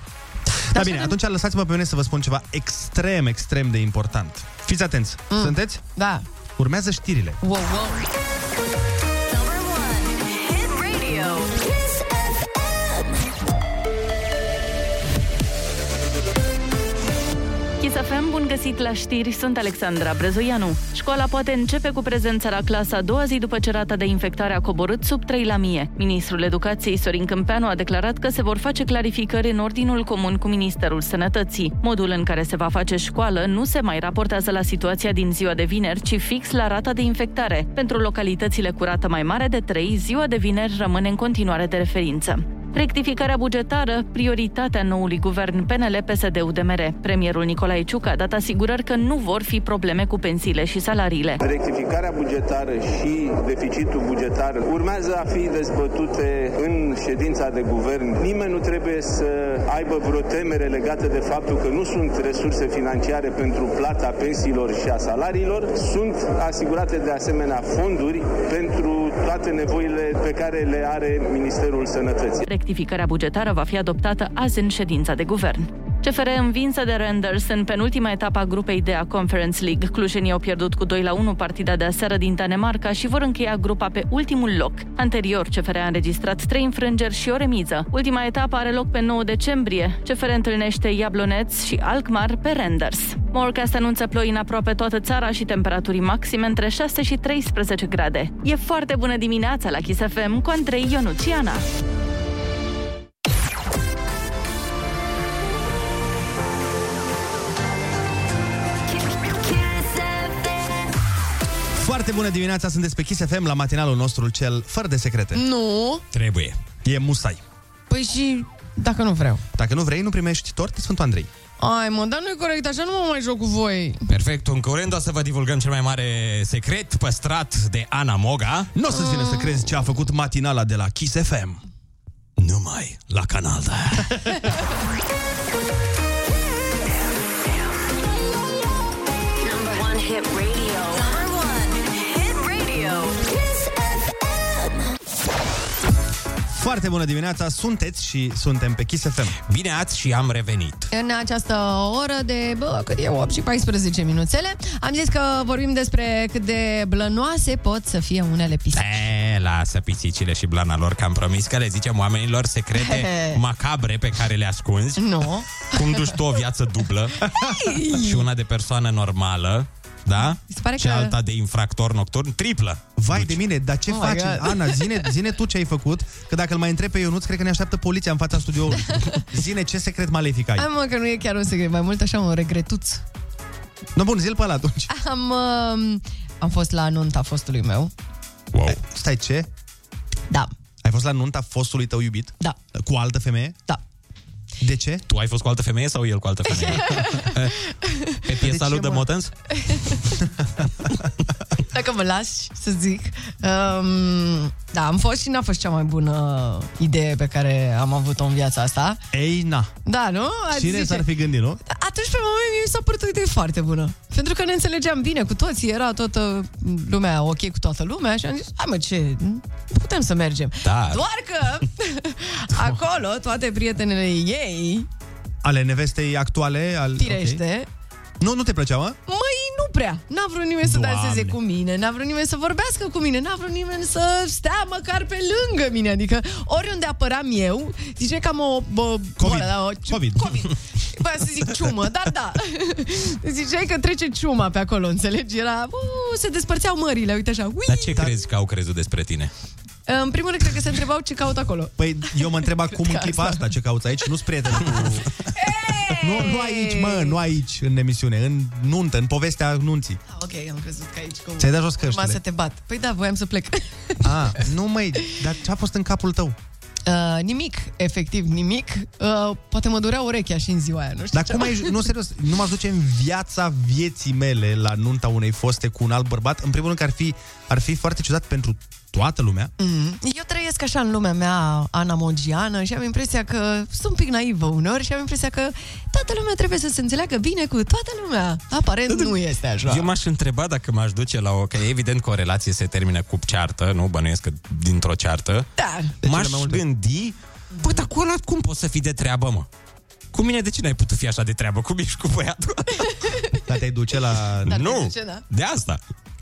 C: Dar bine, atunci lăsați-mă pe mine să vă spun ceva extrem, extrem de important. Fiți atenți. Mm. Sunteți?
I: Da.
C: Urmează știrile.
I: Wow, wow.
B: Number one. Hit radio. Kiss FM.
E: Chisafem, bun găsit la știri, sunt Alexandra Brezoianu. Școala poate începe cu prezența la clasa a doua zi după ce rata de infectare a coborât sub 3 la mie. Ministrul Educației Sorin Câmpeanu a declarat că se vor face clarificări în ordinul comun cu Ministerul Sănătății. Modul în care se va face școală nu se mai raportează la situația din ziua de vineri, ci fix la rata de infectare. Pentru localitățile cu rată mai mare de 3, ziua de vineri rămâne în continuare de referință. Rectificarea bugetară, prioritatea noului guvern PNL-PSD-UDMR. Premierul Nicolae Ciucă a dat asigurări că nu vor fi probleme cu pensiile și salariile.
G: Rectificarea bugetară și deficitul bugetar urmează a fi dezbătute în ședința de guvern. Nimeni nu trebuie să aibă vreo temere legată de faptul că nu sunt resurse financiare pentru plata pensiilor și a salariilor. Sunt asigurate de asemenea fonduri pentru toate nevoile pe care le are Ministerul Sănătății.
E: Rectificarea bugetară va fi adoptată azi în ședința de guvern. CFR învinsă de Renders în penultima etapă a grupei de a Conference League. Clujenii au pierdut cu 2 la 1 partida de aseară din Danemarca și vor încheia grupa pe ultimul loc. Anterior, CFR a înregistrat 3 înfrângeri și o remiză. Ultima etapă are loc pe 9 decembrie. CFR întâlnește Iabloneț și Alkmaar pe Renders. Morecast anunță ploi în aproape toată țara și temperaturi maxime între 6 și 13 grade. E foarte bună dimineața la Kiss FM cu Andrei Ionuțiana.
B: Kiss FM.
C: Foarte bună dimineața, sunteți pe Kiss FM la matinalul nostru cel fără de secrete. Mm.
I: Nu?
D: Trebuie.
C: E musai.
I: Păi și dacă nu vreau.
C: Dacă nu vrei, nu primești tort de Sfântul Andrei.
I: Ai mă, dar nu e corect, așa nu mă mai joc cu voi.
D: Perfect, în curând o să vă divulgăm cel mai mare secret păstrat de Ana Moga.
C: Nu o să-ți vină să crezi ce a făcut matinala de la Kiss FM.
D: Numai la canal, da.
B: Number one hit radio. Number one hit radio. Kiss FM.
C: Foarte bună dimineața, sunteți și suntem pe Kiss FM.
D: Bine ați și am revenit.
I: În această oră de, bă, cât e 8 și 14 minuțele, am zis că vorbim despre cât de blănoase pot să fie unele pisici.
D: E, lasă pisicile și blana lor, că am promis că le zicem oamenilor secrete macabre pe care le ascunzi.
I: Nu?
D: Cum duci tu o viață dublă și una de persoană normală da?
I: Mi se pare
D: și
I: că-
D: alta de infractor nocturn, triplă.
C: Vai de mine, dar ce
I: Oh
C: oh
I: my
C: faci?
I: God.
C: Ana, zine, zine tu ce ai făcut, că dacă îl mai întreb pe Ionuț, cred că ne așteaptă poliția în fața studioului. Zine ce secret malefic ai.
I: Hai mă, că nu e chiar un secret, mai mult așa un regretuț.
C: No, bun, zil pe ăla atunci.
I: Am, um, am fost la anunta fostului meu.
D: Wow.
C: Stai, ce?
I: Da,
C: Ai fost la nunta fostului tău iubit?
I: da,
C: Cu altă femeie?
I: da.
C: De ce?
D: Tu ai fost cu altă femeie sau el cu altă femeie? Pe piesa
C: ce,
D: lui de
C: mă?
D: Motens?
I: Dacă mă lași să zic. Um, da, am fost și n-a fost cea mai bună idee pe care am avut-o în viața asta.
C: Ei, na.
I: Da, nu? Ați
C: Cine s-ar fi gândit, nu?
I: Atunci, pe moment, mi s-a părut o idee foarte bună. Pentru că ne înțelegeam bine cu toții, era toată lumea ok cu toată lumea și am zis, hai mă, ce, putem să mergem.
D: Da.
I: Doar că acolo toate prietenele ei,
C: Ale nevestei actuale? Al...
I: firește,
C: ok. Nu, nu te plăcea, mă?
I: măi, nu prea. N-a vrut nimeni să
C: Doamne.
I: danseze cu mine, n-a vrut nimeni să vorbească cu mine, n-a vrut nimeni să stea măcar pe lângă mine. Adică oriunde apăram eu, zice că am o... Bă,
C: Covid.
I: Boală, da, o ciu-
C: Covid.
I: COVID. Vreau să zic ciumă, dar da. Ziceai că trece ciuma pe acolo, înțelegi? Era... Uh, se despărțeau mările, uite așa. Ui!
D: Dar ce crezi că au crezut despre tine?
I: În primul rând, cred că se întrebau ce caut acolo.
C: Păi eu mă întreb acum în
I: Da,
C: clipa
I: asta.
C: asta ce cauți aici, nu-s prieten cu... Nu, nu aici, mă, nu aici, în emisiune, în nuntă, în povestea nunții.
I: Ah, ok, am crezut că aici cu...
C: Ți-ai dat jos
I: Urma să
C: căștile.
I: te bat. Păi da, voiam să plec.
C: A, nu, măi, dar ce a fost în capul tău?
I: Uh, nimic, efectiv nimic. Uh, poate mă durea urechea și în ziua aia, nu știu.
C: Dar cum ai... Nu, serios, nu m-aș duce în viața vieții mele la nunta unei foste cu un alt bărbat. În primul rând că ar fi, ar fi foarte ciudat pentru toată lumea.
I: Mm-hmm. Eu trăiesc așa în lumea mea anamogiană și am impresia că sunt un pic naivă uneori și am impresia că toată lumea trebuie să se înțeleagă bine cu toată lumea. Aparent nu este așa.
D: Eu m-aș întreba dacă m-aș duce la o... Că evident că o relație se termină cu ceartă, nu? Bănuiesc că dintr-o ceartă.
I: Da.
C: cele
D: m-aș
C: mai multe.
D: gândi... Bă, dar cu ăla cum poți să fii de treabă, mă? Cu mine de ce n-ai putut fi așa de treabă? Cum ești cu băiatul?
C: Dar te-ai duce la...
I: Dar
D: nu,
I: de ce, da?
D: de asta.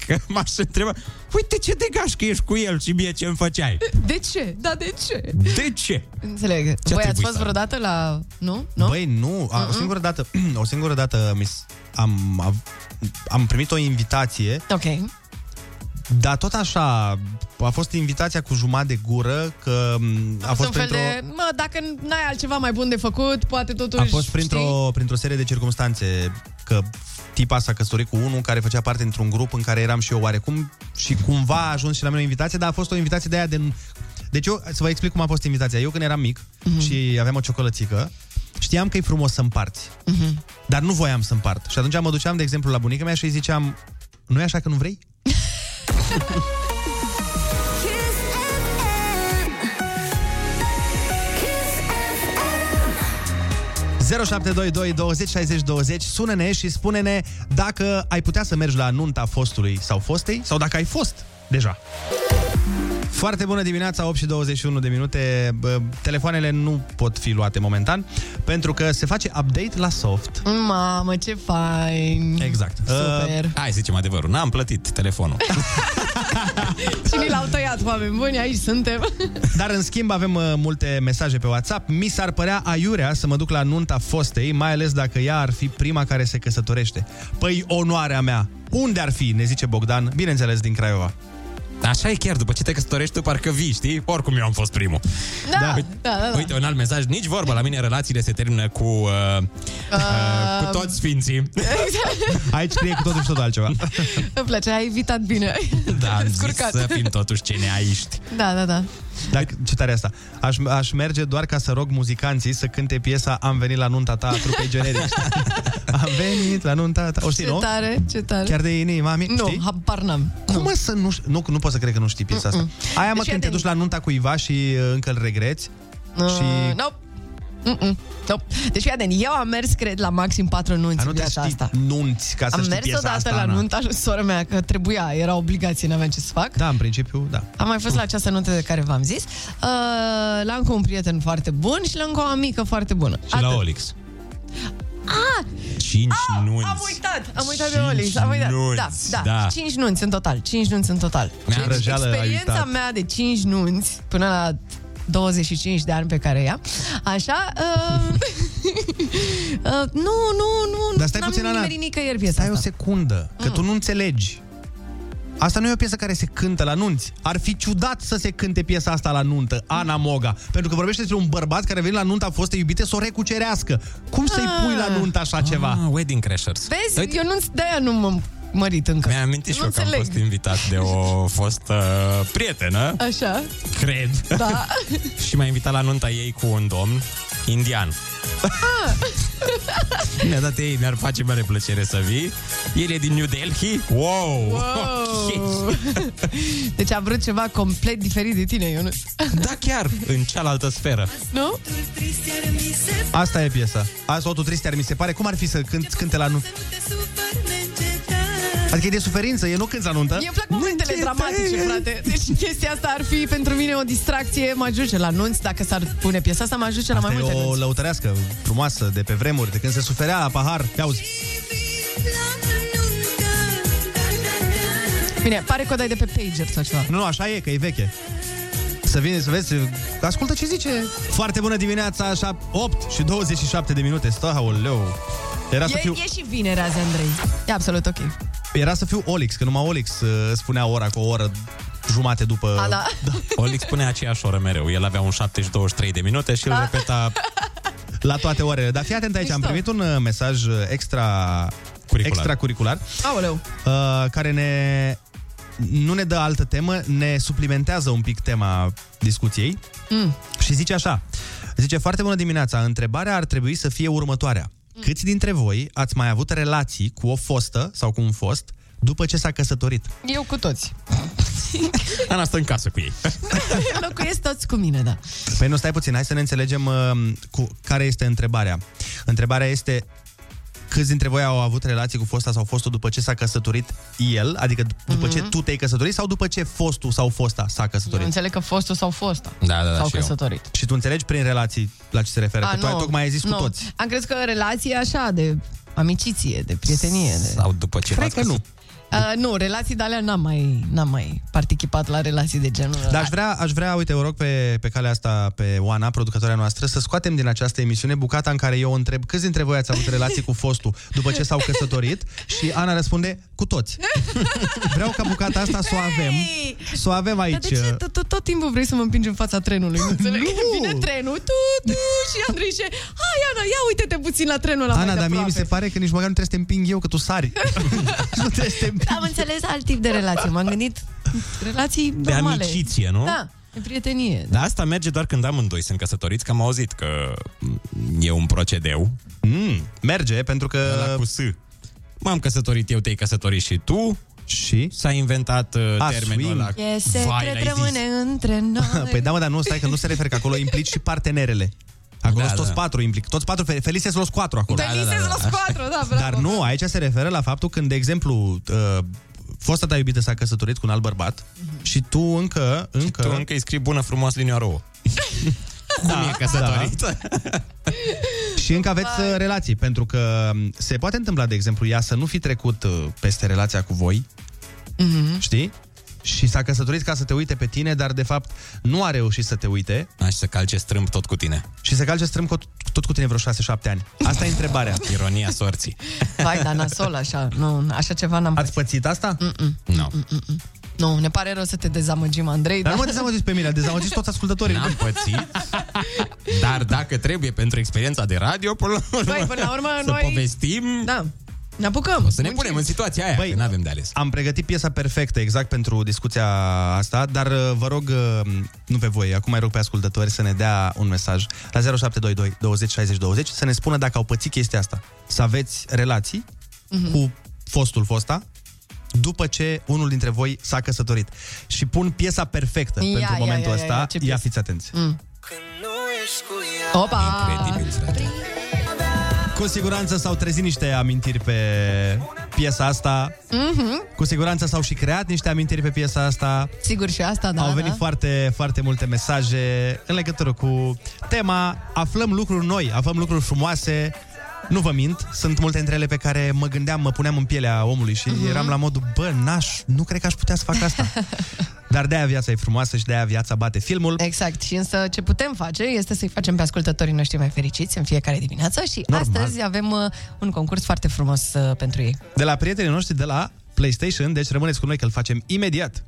D: Că m-aș întreba, uite ce degaj că ești cu el și mie ce îmi făceai.
I: De ce? Da, de ce?
D: De ce?
I: Înțeleg. Voi ați
D: trebuit
I: fost
D: să am?
I: vreodată la... Nu? Nu?
C: Băi, nu, a, o singură dată, o singură dată mi s- am, am, am primit o invitație,
I: Ok.
C: dar tot așa, a fost invitația cu jumătate de gură, că m, a,
I: A
C: fost
I: fost un fel
C: printr-o...
I: de... Mă, dacă n-ai altceva mai bun de făcut, poate totuși...
C: A fost
I: știi?
C: printr-o, printr-o serie de circunstanțe că tipa s-a căsătorit cu unul care făcea parte într-un grup în care eram și eu oarecum și cumva a ajuns și la mine o invitație, dar a fost o invitație de aia de... Deci eu, să vă explic cum a fost invitația. Eu când eram mic
I: Mhm.
C: mm-hmm. și aveam o ciocolățică, știam că e frumos să împarți, mm-hmm.
I: Mhm.
C: dar nu voiam să împart. Și atunci mă duceam, de exemplu, la bunica mea și îi ziceam, nu e așa că nu vrei?
B: Kiss FM. Kiss FM.
C: 0722 20 60 20 Sună-ne și spune-ne dacă ai putea să mergi la nunta fostului sau fostei sau dacă ai fost deja. Foarte bună dimineața, 8 și 21 de minute. Bă, Telefoanele nu pot fi luate momentan pentru că se face update la soft.
I: Mamă, ce fain!
C: Exact.
I: Super. Uh...
D: Hai să zicem adevărul, n-am plătit telefonul.
C: Uh,
I: Și ni l-au tăiat, oameni buni, aici suntem.
C: Dar în schimb avem uh, multe mesaje pe WhatsApp. Mi s-ar părea aiurea să mă duc la nunta fostei, mai ales dacă ea ar fi prima care se căsătorește. Păi onoarea mea. Unde ar fi, ne zice Bogdan, bineînțeles din Craiova.
D: Da, Așa e chiar, după ce te căsătorești tu, parcă vii, știi? Oricum eu am fost primul.
I: Da, da, da, da.
D: Uite, un alt mesaj, nici vorba, la mine relațiile se termină cu, uh, uh,
I: Uh,
D: cu toți sfinții.
C: Aici scrie cu totul și totul altceva.
I: Îmi place, ai evitat bine.
D: Da, am zis
I: Descurcat.
D: să fim totuși ceneaiști.
I: Da, da, da.
C: Dacă, ce tare e asta. Aș, aș merge doar ca să rog muzicanții să cânte piesa Am venit la nunta ta a trupei generic. Am venit la nunta ta. O știi,
I: Ce
C: nu?
I: tare, ce tare.
C: Chiar de inima mea,
I: nu,
C: știi?
I: habar n-am.
C: Cum mă să nu, ș- nu Nu pot să cred că nu știi piesa asta. Aia mă
I: Deci,
C: când te
I: atent.
C: duci la nunta cuiva și uh, încă îl regreți.
I: Uh,
C: și
I: Nope. Mm-mm, nope. Deci, fii atent, eu am mers, cred, la maxim patru nunți
C: Dar
I: în
C: nu trebuie
I: viața
C: să știi
I: asta.
C: nunți ca să
I: Am
C: știi
I: mers
C: piesa
I: odată
C: asta,
I: la
C: Ana.
I: nunta lui sora mea, că trebuia, era obligație, n-aveam ce să fac.
C: Da, în principiu, da.
I: Am mai fost la această nuntă de care v-am zis. Uh, la încă un prieten foarte bun și la încă o amică foarte bună.
D: Și la Olix. Ah! Cinci ah, nunți.
I: Am uitat, am uitat de
D: Cinci
I: Olix, am uitat.
D: nunți,
I: da, da,
D: da.
I: da. 5 nunți în total, 5 nunți în total.
D: Mi-a
I: Deci,
C: răjeală, a
I: experiența
C: uitat.
I: mea de 5 nunți până la 25 de ani pe care ia. Așa, uh, uh, nu, nu, nu,
C: Dar stai
I: n-am
C: puțin, Ana.
I: nimerit nicăieri piesa
C: Stai o
I: asta. Mm.
C: secundă, că tu nu înțelegi. Asta nu e o piesă care se cântă la nunți. Ar fi ciudat să se cânte piesa asta la nuntă, Ana Moga. Pentru că vorbește despre un bărbat care a venit la nunta fostei iubite să o recucerească. Cum să-i
I: Ah.
C: pui la nuntă așa ceva?
D: Ah, wedding Crashers.
I: Vezi, eu nu de nu m-am mărit încă.
D: Mi-am amintit și
I: Nu
D: eu că am
I: înțeleg.
D: fost invitat de o fostă prietenă,
I: Așa,
D: cred.
I: da.
D: și m-a invitat la nunta ei cu un domn indian.
I: Ah.
D: Mi-a dat ei, mi-ar face mare plăcere să vii. El e din New Delhi. Wow!
I: Wow. Deci a vrut ceva complet diferit de tine, eu nu.
D: Da, chiar, în cealaltă sferă.
I: Nu?
C: Asta e piesa. Asta totul triste ar mi se pare. Cum ar fi să cânt, cânte la nuntă? Adică e de suferință, e nu cânti la nuntă.
I: Mie îmi plac momentele dramatice, frate. Deci chestia asta ar fi pentru mine o distracție. Mă ajunge la nunți, dacă s-ar pune piesa asta, mă ajunge la mai
C: Asta e
I: multe
C: o
I: nunți.
C: lăutărească frumoasă de pe vremuri, de când se suferea la pahar. Ia auzi.
I: Bine, pare că o dai de pe pager sau ceva.
C: Nu, nu, așa e, că e veche. Să vine să vezi, ascultă ce zice. Foarte bună dimineața, așa, 8 și 27 de minute. Stă, aoleu. Era să,
I: E,
C: fiu,
I: e și vineri azi, Andrei. E absolut ok.
C: era să fiu Olix, că numai Olix uh, spunea ora cu o oră jumate după...
I: A, da.
D: Olic spune aceeași oră mereu. El avea un 7-23 de minute și îl repeta
C: La toate orele. Dar fii atent aici, am
I: Da. Mișto.
C: primit un uh, mesaj uh, extra
D: Curricular.
C: extracurricular
I: Aoleu.
C: uh, care ne nu ne dă altă temă, ne suplimentează un pic tema discuției
I: Mm.
C: și zice așa. Zice, foarte bună dimineața, întrebarea ar trebui să fie următoarea. Câți dintre voi ați mai avut relații cu o fostă sau cu un fost după ce s-a căsătorit?
I: Eu cu toți.
D: Ana stă în casă cu ei.
I: Locuiesc toți cu mine, da.
C: Păi nu, stai puțin, hai să ne înțelegem uh, cu care este întrebarea. Întrebarea este câți dintre voi au avut relații cu fosta sau fostul după ce s-a căsătorit el, adică d- după ce tu te-ai căsătorit sau după ce fostul sau fosta s-a
I: Eu
C: căsătorit?
I: înțeleg că fostul sau fosta.
D: Da, da, da,
I: sau
D: și eu.
I: căsătorit. Ah,
C: Și tu înțelegi prin relații la ce se referă, că tu ai
I: nu,
C: tocmai ai zis
I: nu.
C: cu toți.
I: Am crezut că relație așa, de amiciție, de prietenie. De...
D: Sau după ce
C: Cred
D: v-ați
C: că nu.
I: Uh, nu, relații de alea n-am mai, n-am mai participat la relații de genul ăla.
C: Dar aș vrea, aș vrea, uite, o rog pe, pe calea asta, pe Oana, producătoarea noastră, să scoatem din această emisiune bucata în care eu o întreb câți dintre voi ați avut relații cu fostul după ce s-au căsătorit și Ana răspunde cu toți. Vreau ca bucata asta să o avem.
I: Ei!
C: Să o avem aici. uh,
I: Dar de ce tot, tot, tot timpul vrei să mă împingi în fața trenului? Nu înțeleg.
C: Nu!
I: Vine trenul, tu, tu, și Andrei zice, hai Ana, ia uite-te puțin la trenul ăla mai
C: Ana,
I: de
C: dar mie mi
I: aproape."
C: se pare că nici măcar nu trebuie să te împing eu, că tu sari. nu trebuie să te împing.
I: Am înțeles alt tip de relație. M-am gândit relații
D: De
I: normale.
D: amiciție, nu?
I: Da, de prietenie.
D: Dar Da, asta merge doar când amândoi sunt căsătoriți, că am auzit că mm, e un procedeu.
C: Mm, merge, pentru
D: Ăla
C: că...
D: cu S. M-am căsătorit eu, te-ai căsătorit și tu.
C: Și?
D: S-a inventat uh,
C: A,
D: termenul
C: swing.
D: ăla.
I: E
D: Vai, l-ai
I: secret,
D: zis.
I: rămâne între noi.
C: Păi da, mă, dar nu, stai că nu se referă, că acolo implici și partenerele. Acolo
D: Da,
C: sunt toți
D: da.
C: patru implic, toți patru, fel- felices los patru acolo.
I: Te lisezi la patru, da, bravo.
C: da, Dar nu, aici se referă la faptul când, de exemplu, uh, fosta ta iubită s-a căsătorit cu un alt bărbat și tu încă, încă...
D: Tu încă îi scrii bună frumos linia rouă. Cum da, e
C: Păi,
D: căsătorit? Da.
C: Și încă aveți uh, relații, pentru că um, se poate întâmpla, de exemplu, ea să nu fi trecut uh, peste relația cu voi, știi? Și s-a căsătorit ca să te uite pe tine, dar de fapt nu a reușit să te uite
D: Aș să calce strâmb tot cu tine.
C: și se calce strâmb tot, tot cu tine vreo 6-7 ani. Asta e întrebarea.
D: Ironia sorții.
I: Vai, dar nasol așa. Nu, așa ceva n-am
C: Ați pățit asta?
I: Mm,
D: Nu. No.
I: Nu, ne pare rău să te dezamăgim, Andrei,
C: Dar
I: dar...
C: nu mă dezamăgiți pe mine, dezamăgiți toți ascultătorii.
D: N-am pățit. Păi, Dar dacă trebuie pentru experiența de radio, până la urmă,
C: Păi.
I: Băi, până la urmă,
D: să
I: noi-
D: povestim, da.
I: Da, ne apucăm.
D: să ne punem în situația aia,
C: Băi,
D: Băi, că n-avem de ales.
C: Am pregătit piesa perfectă exact pentru discuția asta, dar uh, vă rog, uh, nu pe voi, acum mai rog pe ascultători să ne dea un mesaj la 0722 20 60 20 să ne spună dacă au pățit chestia asta. Să aveți relații
I: Mhm.
C: cu fostul fosta după ce unul dintre voi s-a căsătorit. Și pun piesa perfectă
I: Ia,
C: pentru
I: ia,
C: momentul
I: ia, ia,
C: ăsta.
I: ia, ce
C: ia
I: piesă.
C: fiți atenți.
I: Opa!
D: Incredibil, frate.
C: Cu siguranță s-au trezit niște amintiri pe piesa asta.
I: Mhm.
C: Cu siguranță s-au și creat niște amintiri pe piesa asta.
I: Sigur și asta, da,
C: Au venit
I: da.
C: foarte, foarte multe mesaje în legătură cu tema Aflăm lucruri noi, aflăm lucruri frumoase Nu vă mint, sunt multe între ele pe care mă gândeam, mă puneam în pielea omului și
I: Mhm.
C: uh-huh. eram la modul, bă, naș, nu cred că aș putea să fac asta. Dar de-aia viața e frumoasă și de-aia viața bate filmul.
I: Exact, și însă ce putem face este să-i facem pe ascultătorii noștri mai fericiți în fiecare dimineață și
C: Normal.
I: astăzi avem uh, un concurs foarte frumos uh, pentru ei.
C: De la prietenii noștri de la PlayStation, deci rămâneți cu noi că îl facem imediat.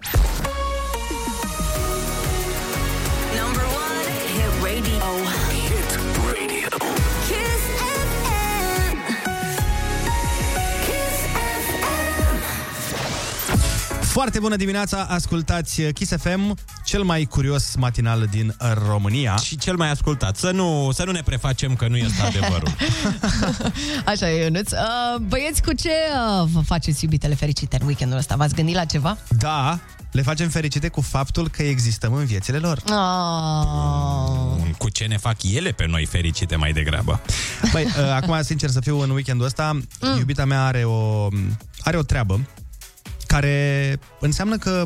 B: Number one hit radio. Hit radio. Kiss FM. Kiss FM.
C: Foarte bună dimineața, ascultați Kiss FM, cel mai curios matinal din România.
D: Și cel mai ascultat. Să nu, să nu ne prefacem că nu este adevărul.
I: Așa e, Ionuț. Uh, băieți, cu ce uh, vă faceți iubitele fericite în weekendul ăsta? V-ați gândit la ceva?
C: Da, le facem fericite cu faptul că existăm în viețile lor.
I: Oh.
D: Cu ce ne fac ele pe noi fericite mai degrabă.
C: Băi, uh, acum, sincer să fiu, în weekendul ăsta, mm. iubita mea are o, are o treabă care înseamnă că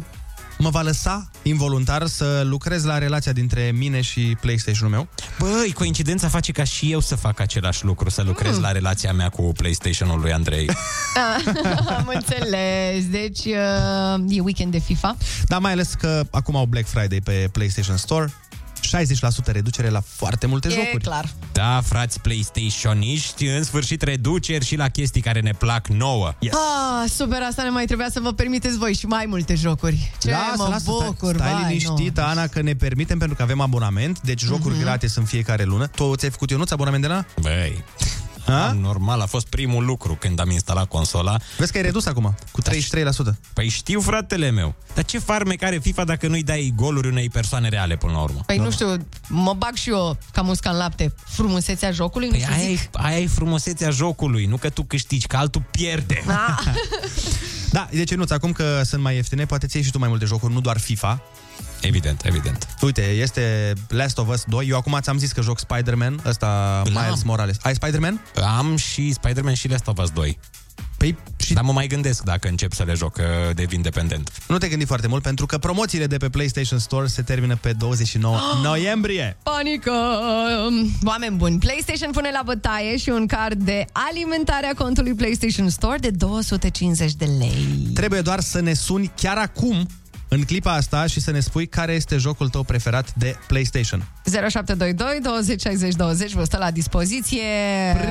C: mă va lăsa involuntar să lucrez la relația dintre mine și PlayStation-ul meu.
D: Băi, coincidența face ca și eu să fac același lucru, să lucrez mm. la relația mea cu PlayStation-ul lui Andrei.
I: Ah, Am înțeles. Deci uh, e weekend de FIFA.
C: Dar mai ales că acum au Black Friday pe PlayStation Store, 60% reducere la foarte multe
I: E
C: jocuri.
I: clar.
D: Da, frați PlayStationiști, în sfârșit reduceri și la chestii care ne plac nouă.
C: Yes.
I: Ah, super, asta ne mai trebuia să vă permiteți voi și mai multe jocuri. Ce mă bucur,
C: stai, stai
I: vai,
C: liniștită,
I: nu. Mhm.
C: Ana, că ne permitem pentru că avem abonament, deci jocuri mm-hmm. gratis în fiecare lună. Tu ți-ai făcut, Ionuț, abonament de la?
D: Băi,
C: A?
D: normal, a fost primul lucru când am instalat consola.
C: Vezi că ai redus acum, cu 33%.
D: Păi știu, fratele meu. Dar ce farmec are FIFA dacă nu-i dai goluri unei persoane reale până la urmă?
C: Da,
I: Păi nu știu, mă bag și eu ca musca în lapte. Frumusețea jocului, nu
D: Păi
I: știu
D: aia
I: zic.
D: e, aia e frumusețea jocului, nu că tu câștigi, că altul pierde.
I: Ah,
C: Da, deci Ionuț, acum că sunt mai ieftine, poate ți iei și tu mai multe jocuri, nu doar FIFA.
D: Evident, evident.
C: Uite, este Last of Us 2. Eu acum ți-am zis că joc Spider-Man, ăsta
I: Da.
D: Îl am.
C: Miles Morales. Ai Spider-Man?
D: Am și Spider-Man și Last of Us 2.
C: Păi
I: Da.
C: și
D: Dar mă mai gândesc dacă încep să le joc, uh, că devin dependent.
C: nu te gândi foarte mult, pentru că promoțiile de pe PlayStation Store se termină pe 29
I: Ah!
C: noiembrie.
I: panică! Oameni buni, PlayStation pune la bătaie și un card de alimentare a contului PlayStation Store de 250 de lei.
C: Trebuie doar să ne suni chiar acum, în clipa asta, și să ne spui care este jocul tău preferat de PlayStation.
I: Eh, 0722 20 60 20 vă stă la dispoziție.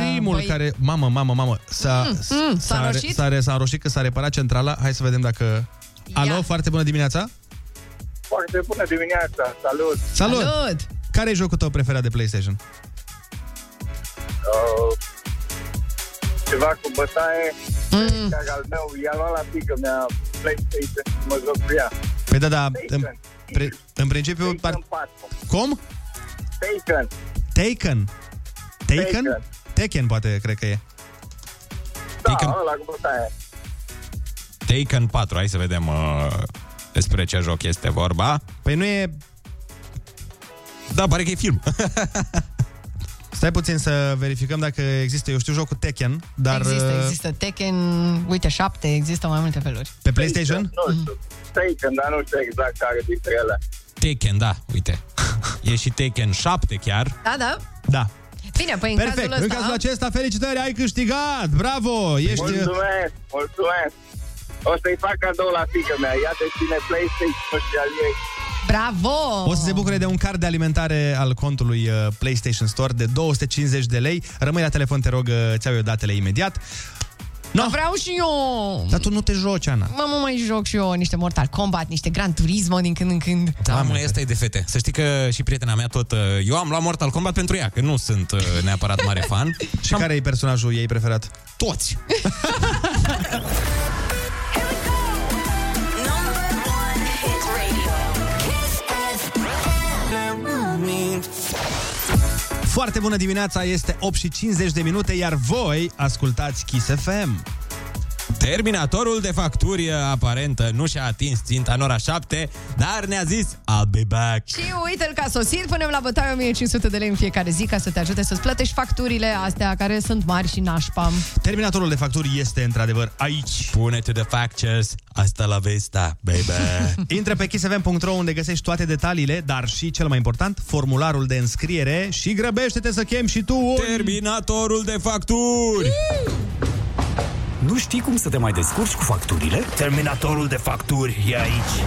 C: Primul
I: Băi,
C: care... Mamă, mamă, mamă, s-a,
I: mm, s-a
C: re-
I: roșit?
C: s-a, re- s-a roșit că s-a reparat centrala. Hai să vedem dacă... Alo,
I: Ia.
C: foarte bună dimineața!
J: Foarte bună dimineața, salut!
C: Salut!
I: Salut!
C: Care e jocul tău preferat de PlayStation?
J: Uh, ceva cu bătaie, mm. al meu, i-a luat la pică mea PlayStation și mă joc cu ea.
C: Păi da, da, în,
J: Taken.
C: pre, în principiu... Par,
J: Taken 4.
C: cum?
J: Taken.
C: Taken. Taken?
J: Taken.
C: Taken, poate, cred că e.
J: Da,
D: Taken.
J: ăla cu bătaie.
D: Taken 4, hai să vedem uh, despre ce joc este vorba.
C: Păi nu e...
D: Da, pare că e film.
C: Stai puțin să verificăm dacă există. Eu știu jocul Taken, dar
I: Există,
C: uh,
I: există Tekken, uite, 7, există mai multe feluri.
C: pe PlayStation?
J: Nu știu. Taken, dar nu știu exact care dintre ele.
D: Taken, da, uite. E și Taken 7 chiar.
I: Da, da.
C: Da.
I: Bine, păi în
C: Perfect.
I: cazul ăsta...
C: în cazul acesta, felicitări, ai câștigat! Bravo! Ești...
J: Mulțumesc, mulțumesc. O să-i fac cadou la fică mea. Ea deține PlayStation și al ei.
I: Bravo!
C: O să se bucure de un card de alimentare al contului uh, PlayStation Store de 250 de lei. Rămâi la telefon, te rog, uh, ți-au eu datele imediat. No,
I: Vreau și eu!
C: dar tu nu te joci, Ana.
I: Mă, mă mai joc și eu niște Mortal Kombat, niște Gran Turismo din când în când.
D: Da, mă, asta e de fete. Să știi că și prietena mea tot... uh, Eu am luat Mortal Kombat pentru ea, că nu sunt uh, neapărat mare fan.
C: Și care e personajul ei preferat?
D: Toți!
B: Here we go. Number one hit radio. Kiss FM.
C: Foarte bună dimineața, este 8 și 50 de minute, iar voi ascultați Kiss FM.
D: Terminatorul de facturi uh, aparentă nu și-a atins ținta în ora 7, dar ne-a zis I'll be back.
I: Și uite-l ca sosit, punem la bătaie 1500 de lei în fiecare zi ca să te ajute să-ți plătești facturile astea care sunt mari și nașpam.
C: Terminatorul de facturi este într-adevăr aici.
D: Pune to the factures, asta la vesta, baby.
C: Intră pe kissfm.ro unde găsești toate detaliile, dar și cel mai important, formularul de înscriere și grăbește-te să chem și tu un...
D: Terminatorul de facturi!
A: Nu știi cum să te mai descurci cu facturile? Terminatorul de facturi e aici.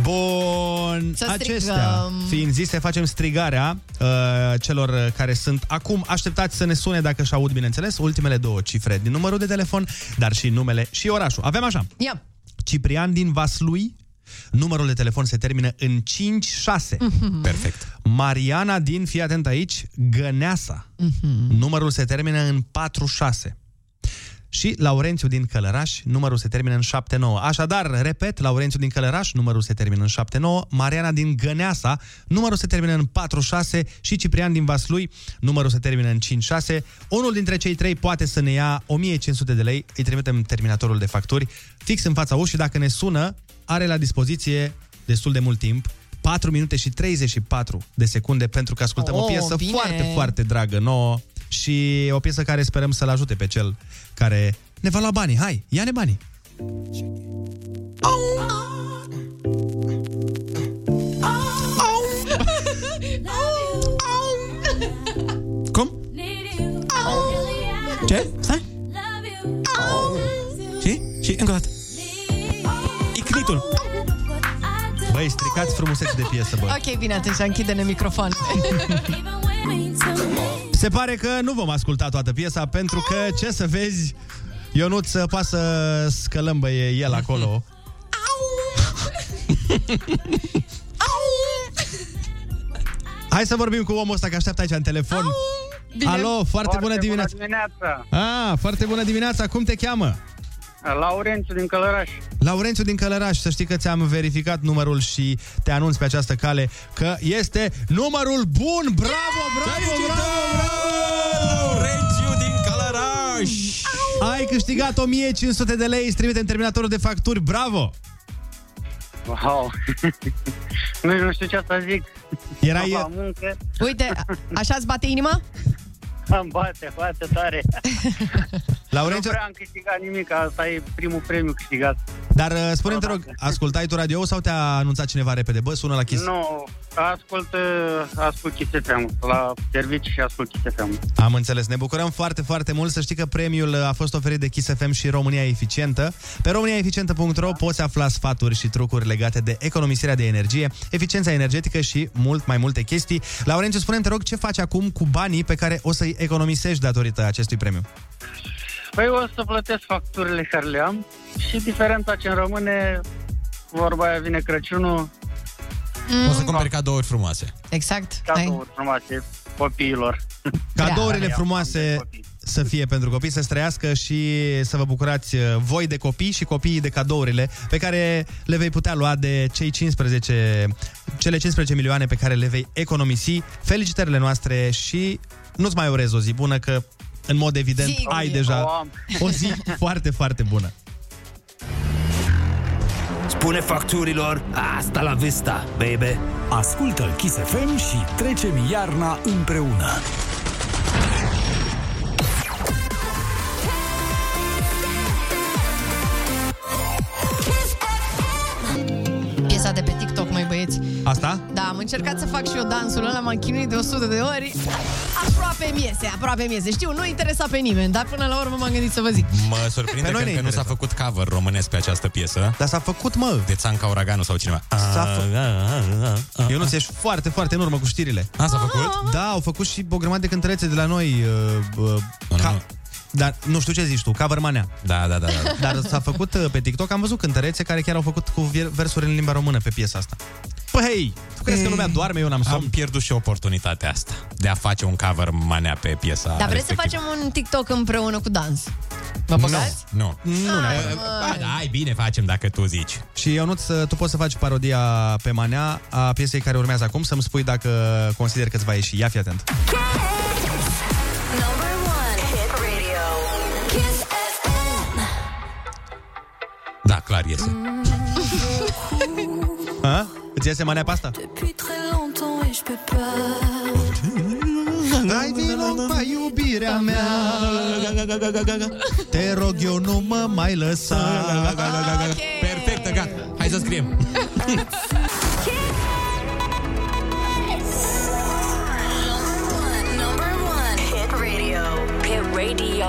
C: Bun,
I: Să
C: acestea
I: strigăm.
C: fiind zise, facem strigarea uh, celor care sunt acum așteptați să ne sune, dacă și aud, bineînțeles, ultimele două cifre din numărul de telefon, dar și numele și orașul. Avem așa,
I: Ia,
C: Ciprian din Vaslui, numărul de telefon se termină în 56.
D: Perfect.
C: Mariana din, fii atent aici, Găneasa. Numărul se termină în 46. Și Laurențiu din Călăraș, numărul se termină în 79. Așadar, repet, Laurențiu din Călăraș, numărul se termină în 79, Mariana din Găneasa, numărul se termină în 46 și Ciprian din Vaslui, numărul se termină în 56. Unul dintre cei trei poate să ne ia 1500 de lei, îi trimitem terminatorul de facturi fix în fața ușii. Dacă ne sună, are la dispoziție destul de mult timp 4 minute și 34 de secunde pentru că ascultăm oh, o
I: Oh,
C: piesă
I: bine.
C: foarte, foarte dragă nouă și o piesă care sperăm să-l ajute pe cel care ne va lua banii. Hai, ia-ne banii!
D: Cum? Ce? Stai? Și? Și încă o dată. Icnitul.
C: Băi, stricați frumusețe de piesă, bă!
I: ok, bine, atunci închide-ne microfon.
C: Se pare că nu vom asculta toată piesa pentru că, ce să vezi, Ionuț poate să scălâmbăie el acolo. Hai să vorbim cu omul ăsta că așteaptă aici în telefon.
I: Bine.
C: Alo, foarte bună dimineața!
J: Bună dimineața!
C: Ah, foarte bună dimineața, cum te cheamă?
J: Laurențiu din Călăraș.
C: Laurențiu din Călăraș, să știi că ți-am verificat numărul și te anunț pe această cale că este numărul bun! Bravo, bravo, bravo,
D: Laurențiu din Călăraș.
C: bravo! Ai câștigat 1500 de lei, îți trimitem terminatorul de facturi, bravo!
J: Wow! nu, nu știu ce să zic.
C: Era
J: Am la
C: el...
J: muncă,
I: Uite, a- așa îți bate inima?
J: am bate, bate tare. Nu
C: Laurențiu,
J: prea am câștigat nimic, asta e primul premiu câștigat.
C: dar uh, spune te rog, ascultai tu radio sau te-a anunțat cineva repede? Bă, sună la Kiss.
J: Nu, ascult, uh, ascult Chisefem, la serviciu și ascult Chisefem.
C: Am înțeles, ne bucurăm foarte, foarte mult Să știi că premiul uh, a fost oferit de Kiss FM și România Eficientă Pe româniaeficientă.ro poți afla sfaturi și trucuri legate de economisirea de energie Eficiența energetică și mult mai multe chestii Laurențiu, spune te rog, ce faci acum cu banii pe care o să-i economisești datorită acestui premiu?
J: Păi o să plătesc facturile care le am și diferența ce îmi rămâne, vorba aia vine Crăciunul,
D: O să cumperi cadouri frumoase.
I: Exact. Ai.
J: cadouri frumoase copiilor.
C: Cadourile
J: Da.
C: frumoase să fie pentru copii, să străiască și să vă bucurați uh, voi de copii și copiii de cadourile pe care le vei putea lua de cei 15, cele 15 milioane pe care le vei economisi. Felicitările noastre și nu-ți mai urez o zi bună, că în mod evident
I: Zi
C: ai
I: bună.
J: O
C: deja
J: am.
C: o zi foarte, foarte bună.
A: Spune facturilor, asta la vista, baby. Ascultă Kiss FM și trecem iarna împreună.
I: Piesa de pe TikTok, mai băieți.
C: Asta?
I: Da, am încercat să fac și eu dansul ăla, m-am chinuit de 100 de ori. Aproape miese, aproape miese. Știu, nu interesa pe nimeni, dar până la urmă m-am gândit să vă zic.
D: Mă surprinde
C: Pe
D: că
C: noi ne
D: încă nu s-a
C: interesează.
D: făcut cover românesc pe această piesă
C: Dar s-a făcut, mă!
D: de Țanca Uraganu sau cineva. Ah,
C: S-a
K: Ah,
D: A, a, a, a.
C: Eu nu ești foarte, foarte în urmă cu știrile.
D: A, ah, s-a făcut?
C: Da, au făcut și o grămadă de cântărețe de la noi. Uh, uh,
D: Nu, nu,
C: ca...
D: nu.
C: Dar nu știu ce zici tu, covermanea.
D: Da, da, da. da.
C: Dar s-a făcut uh, pe TikTok, am văzut cântărețe care chiar au făcut cu vir- versuri în limba română pe piesa asta. Păi, hei, tu crezi că lumea doarme, eu n-am
D: Am
C: somn?
D: pierdut și oportunitatea asta de a face un cover manea pe piesa
I: Dar vreți să facem
D: respectivă.
I: un TikTok împreună cu dans? Vă
D: Nu,
I: păcați?
D: nu.
C: Nu neapărat.
D: Ba, da, ai bine facem dacă tu zici.
C: Și Ionuț, uh, tu poți să faci parodia pe manea a piesei care urmează acum, să-mi spui dacă consider că îți va ieși. Ia fi atent.
B: Number one hit radio.
D: Da, clar iese.
I: Mm,
C: A? Îți iese manea pe asta?
B: Depuis très longtemps et je peux pas.
C: Hai vino pa iubirea mea Te rog eu nu mă mai lăsa
D: Da, Perfectă, gata. Hai să scriem.
B: Number one, hit radio. Hit radio.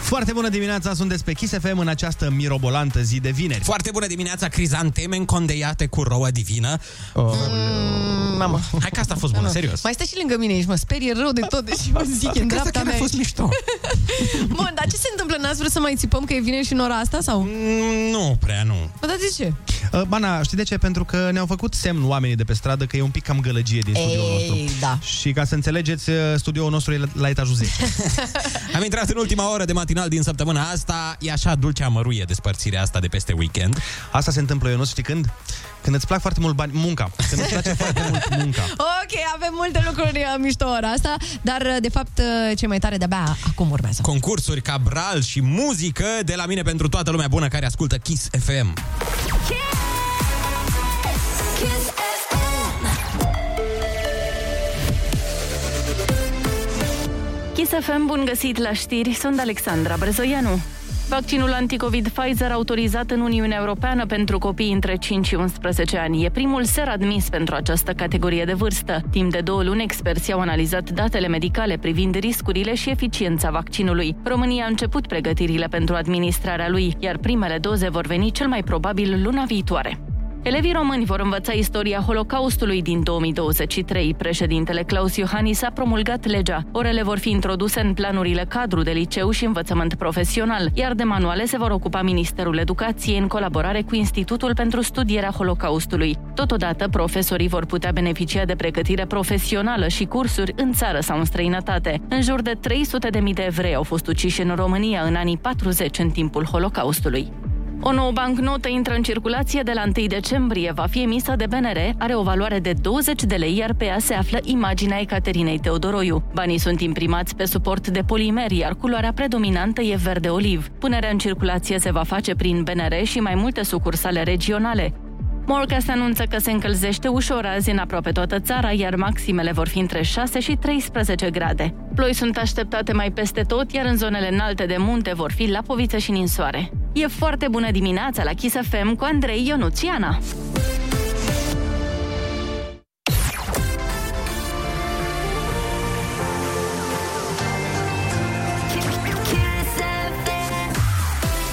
C: Foarte bună dimineața, sunteți pe Kiss FM în această mirobolantă zi de vineri
D: Foarte bună dimineața, crizanteme încondeiate cu roa divină.
C: Oh.
I: Mm, Mamă.
D: Hai că asta a fost bună, serios.
I: Mai stai și lângă mine ești, mă sperie rău de tot, deși mă zic, e în
D: Că
I: dreapta
D: asta chiar
I: mea.
D: a fost mișto.
I: Bun, dar ce se întâmplă? N-ați vrut să mai țipăm că e vineri și în ora asta? Sau?
D: Mm, Nu prea, nu.
I: Bă, dar de ce?
C: Uh, Bana, știi de ce? Pentru că ne-au făcut semn oamenii de pe stradă că e un pic cam gălăgie din studioul nostru.
I: da.
C: Și ca să înțelegeți, uh, studioul nostru e la- la etajul 10.
D: Am intrat în ultima oră de matinal din săptămâna asta. E așa dulce amăruie despărțirea asta de peste weekend.
C: Asta se întâmplă, eu nu știi când? Când îți plac foarte mult bani, munca. Când îți place foarte mult munca.
I: Ok, avem multe lucruri uh, mișto ora asta, dar uh, de fapt uh, ce mai tare de-abia acum urmează.
D: Concursuri, cabral și muzică de la mine pentru toată lumea bună care ascultă Kiss FM.
B: Kiss FM.
E: Kiss FM, bun găsit la știri, sunt Alexandra Brezoianu. Vaccinul anticovid Pfizer autorizat în Uniunea Europeană pentru copii între 5 și 11 ani e primul ser admis pentru această categorie de vârstă. Timp de două luni, experții au analizat datele medicale privind riscurile și eficiența vaccinului. România a început pregătirile pentru administrarea lui, iar primele doze vor veni cel mai probabil luna viitoare. Elevii români vor învăța istoria Holocaustului din 2023. Președintele Claus Iohannis a promulgat legea. Orele vor fi introduse în planurile cadru de liceu și învățământ profesional, iar de manuale se vor ocupa Ministerul Educației în colaborare cu Institutul pentru Studierea Holocaustului. Totodată, profesorii vor putea beneficia de pregătire profesională și cursuri în țară sau în străinătate. În jur de 300.000 de evrei au fost uciși în România în anii 40 în timpul Holocaustului. O nouă bancnotă intră în circulație de la 1 decembrie, va fi emisă de BNR, are o valoare de 20 de lei, iar pe ea se află imaginea Ecaterinei Teodoroiu. Banii sunt imprimați pe suport de polimer, iar culoarea predominantă e verde oliv. Punerea în circulație se va face prin BNR și mai multe sucursale regionale. Morca se anunță că se încălzește ușor azi în aproape toată țara, iar maximele vor fi între 6 și 13 grade. Ploi sunt așteptate mai peste tot, iar în zonele înalte de munte vor fi lapoviță și ninsoare. E foarte bună dimineața la Kiss FM cu Andrei Ionuțiana.
B: Kiss FM.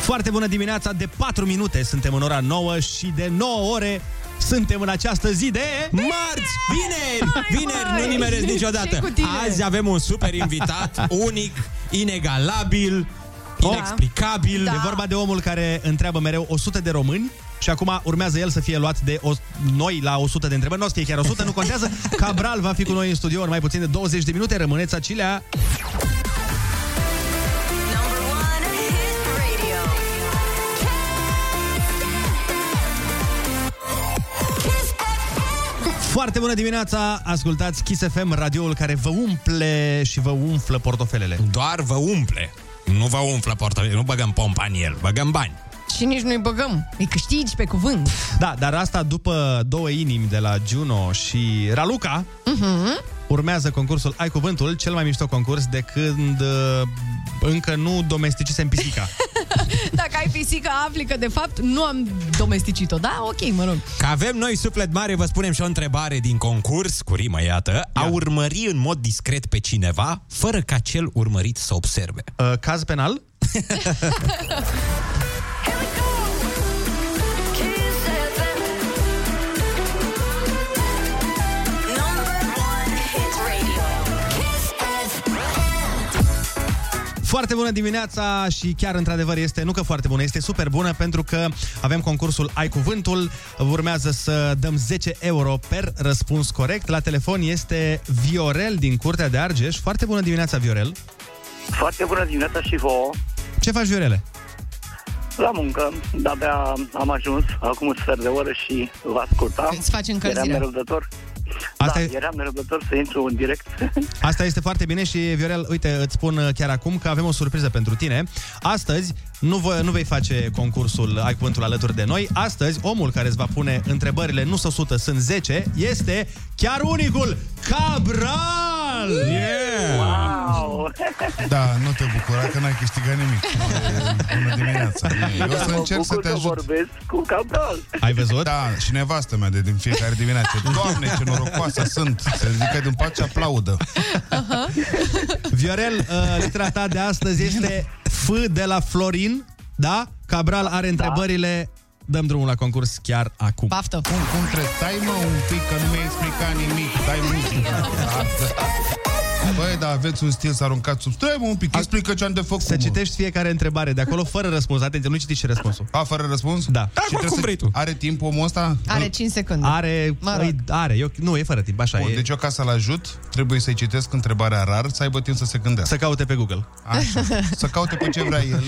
C: Foarte bună dimineața, de 4 minute suntem în ora 9 și de 9 ore suntem în această zi de...
D: Marți, vineri, vineri, nu
I: măi!
D: nimeresc
I: Ce cu
D: niciodată.
I: tine?
D: Azi avem un super invitat, unic, inegalabil,
I: Da.
D: inexplicabil.
K: Da.
C: E vorba de omul care întreabă mereu 100 de români și acum urmează el să fie luat de o, noi la 100 de întrebări. Nu o să fie chiar 100, nu contează. Cabral va fi cu noi în studio în mai puțin de 20 de minute. Rămâneți acilea.
B: Number one, hit radio. Kiss FM.
C: Foarte bună dimineața! Ascultați Kiss FM, radioul care vă umple și vă umflă portofelele.
D: Doar vă umple. Nu vă umflă portofelul, nu băgăm pompa în el, băgăm bani.
I: Și nici nu-i băgăm, îi câștigi pe cuvânt.
C: Da, dar asta după două inimi de la Juno și Raluca, uh-huh. urmează concursul Ai Cuvântul, cel mai mișto concurs de când uh, încă nu domesticisem pisica.
I: Dacă ai pisică, afli că de fapt nu am domesticit-o, da? Ok, mă rog.
D: Că avem noi suflet mare, vă spunem și o întrebare din concurs, cu rimă, iată, a urmări în mod discret pe cineva, fără ca cel urmărit să observe.
C: Uh, caz penal?
B: Here we go. Kiss FM. Number one, hit radio. Kiss FM.
C: Foarte bună dimineața și chiar într-adevăr este, nu că foarte bună, este super bună pentru că avem concursul Ai Cuvântul. Urmează să dăm 10 euro per răspuns corect. La telefon este Viorel din Curtea de Argeș. Foarte bună dimineața, Viorel.
J: Foarte bună dimineața și vouă.
C: Ce faci, Viorele?
J: La muncă, de-abia am ajuns, acum un sfert de oră și vă ascultam.
I: Îți faci încălzirea.
J: Eram nerăbdător.
C: Asta
L: da,
C: e-
L: eram nerăbdător să intru în direct.
C: Asta este foarte bine și, Viorel, uite, îți spun uh, chiar acum că avem o surpriză pentru tine. Astăzi nu, vă, nu vei face concursul Ai Cuvântul alături de noi. Astăzi, omul care îți va pune întrebările, nu sunt 100, sunt 10, este chiar unicul Cabral!
M: Yeah! Wow!
K: Da, nu te bucura că n-ai câștigat nimic. E, Bună dimineața. Eu o să
L: Mă
K: încerc să
L: bucur
K: te
L: că
K: ajut.
L: vorbesc cu Cabral.
C: Ai văzut?
K: Da, și nevastă mea de din fiecare dimineață. Doamne, ce norocoasă sunt! Se ridică din pat și aplaudă.
C: Viorel, uh, litera ta de astăzi este F de la Florin, da? Cabral are întrebările, dăm drumul la concurs chiar acum.
I: Paftă!
K: Cum, cum trebuie? Stai mă un pic, că nu mi-ai explicat nimic. Stai muzică. Băi, da, aveți un stil să aruncați sub... Stai mă un pic, explică ce am de făcut.
C: Să citești fiecare întrebare de acolo fără răspuns. Atenție, nu citiți și răspunsul.
K: A, fără răspuns?
C: Da.
K: Și trebuie să- Are timp omul ăsta?
I: Are 5 secunde.
C: Are,
I: Mă rog.
C: îi- are eu, nu, e fără timp, așa
K: Bun,
C: e.
K: deci eu ca să-l ajut, trebuie să-i citesc întrebarea rar, să aibă timp să se gândească.
C: Să caute pe Google.
K: Așa. Să caute pe ce vrea el.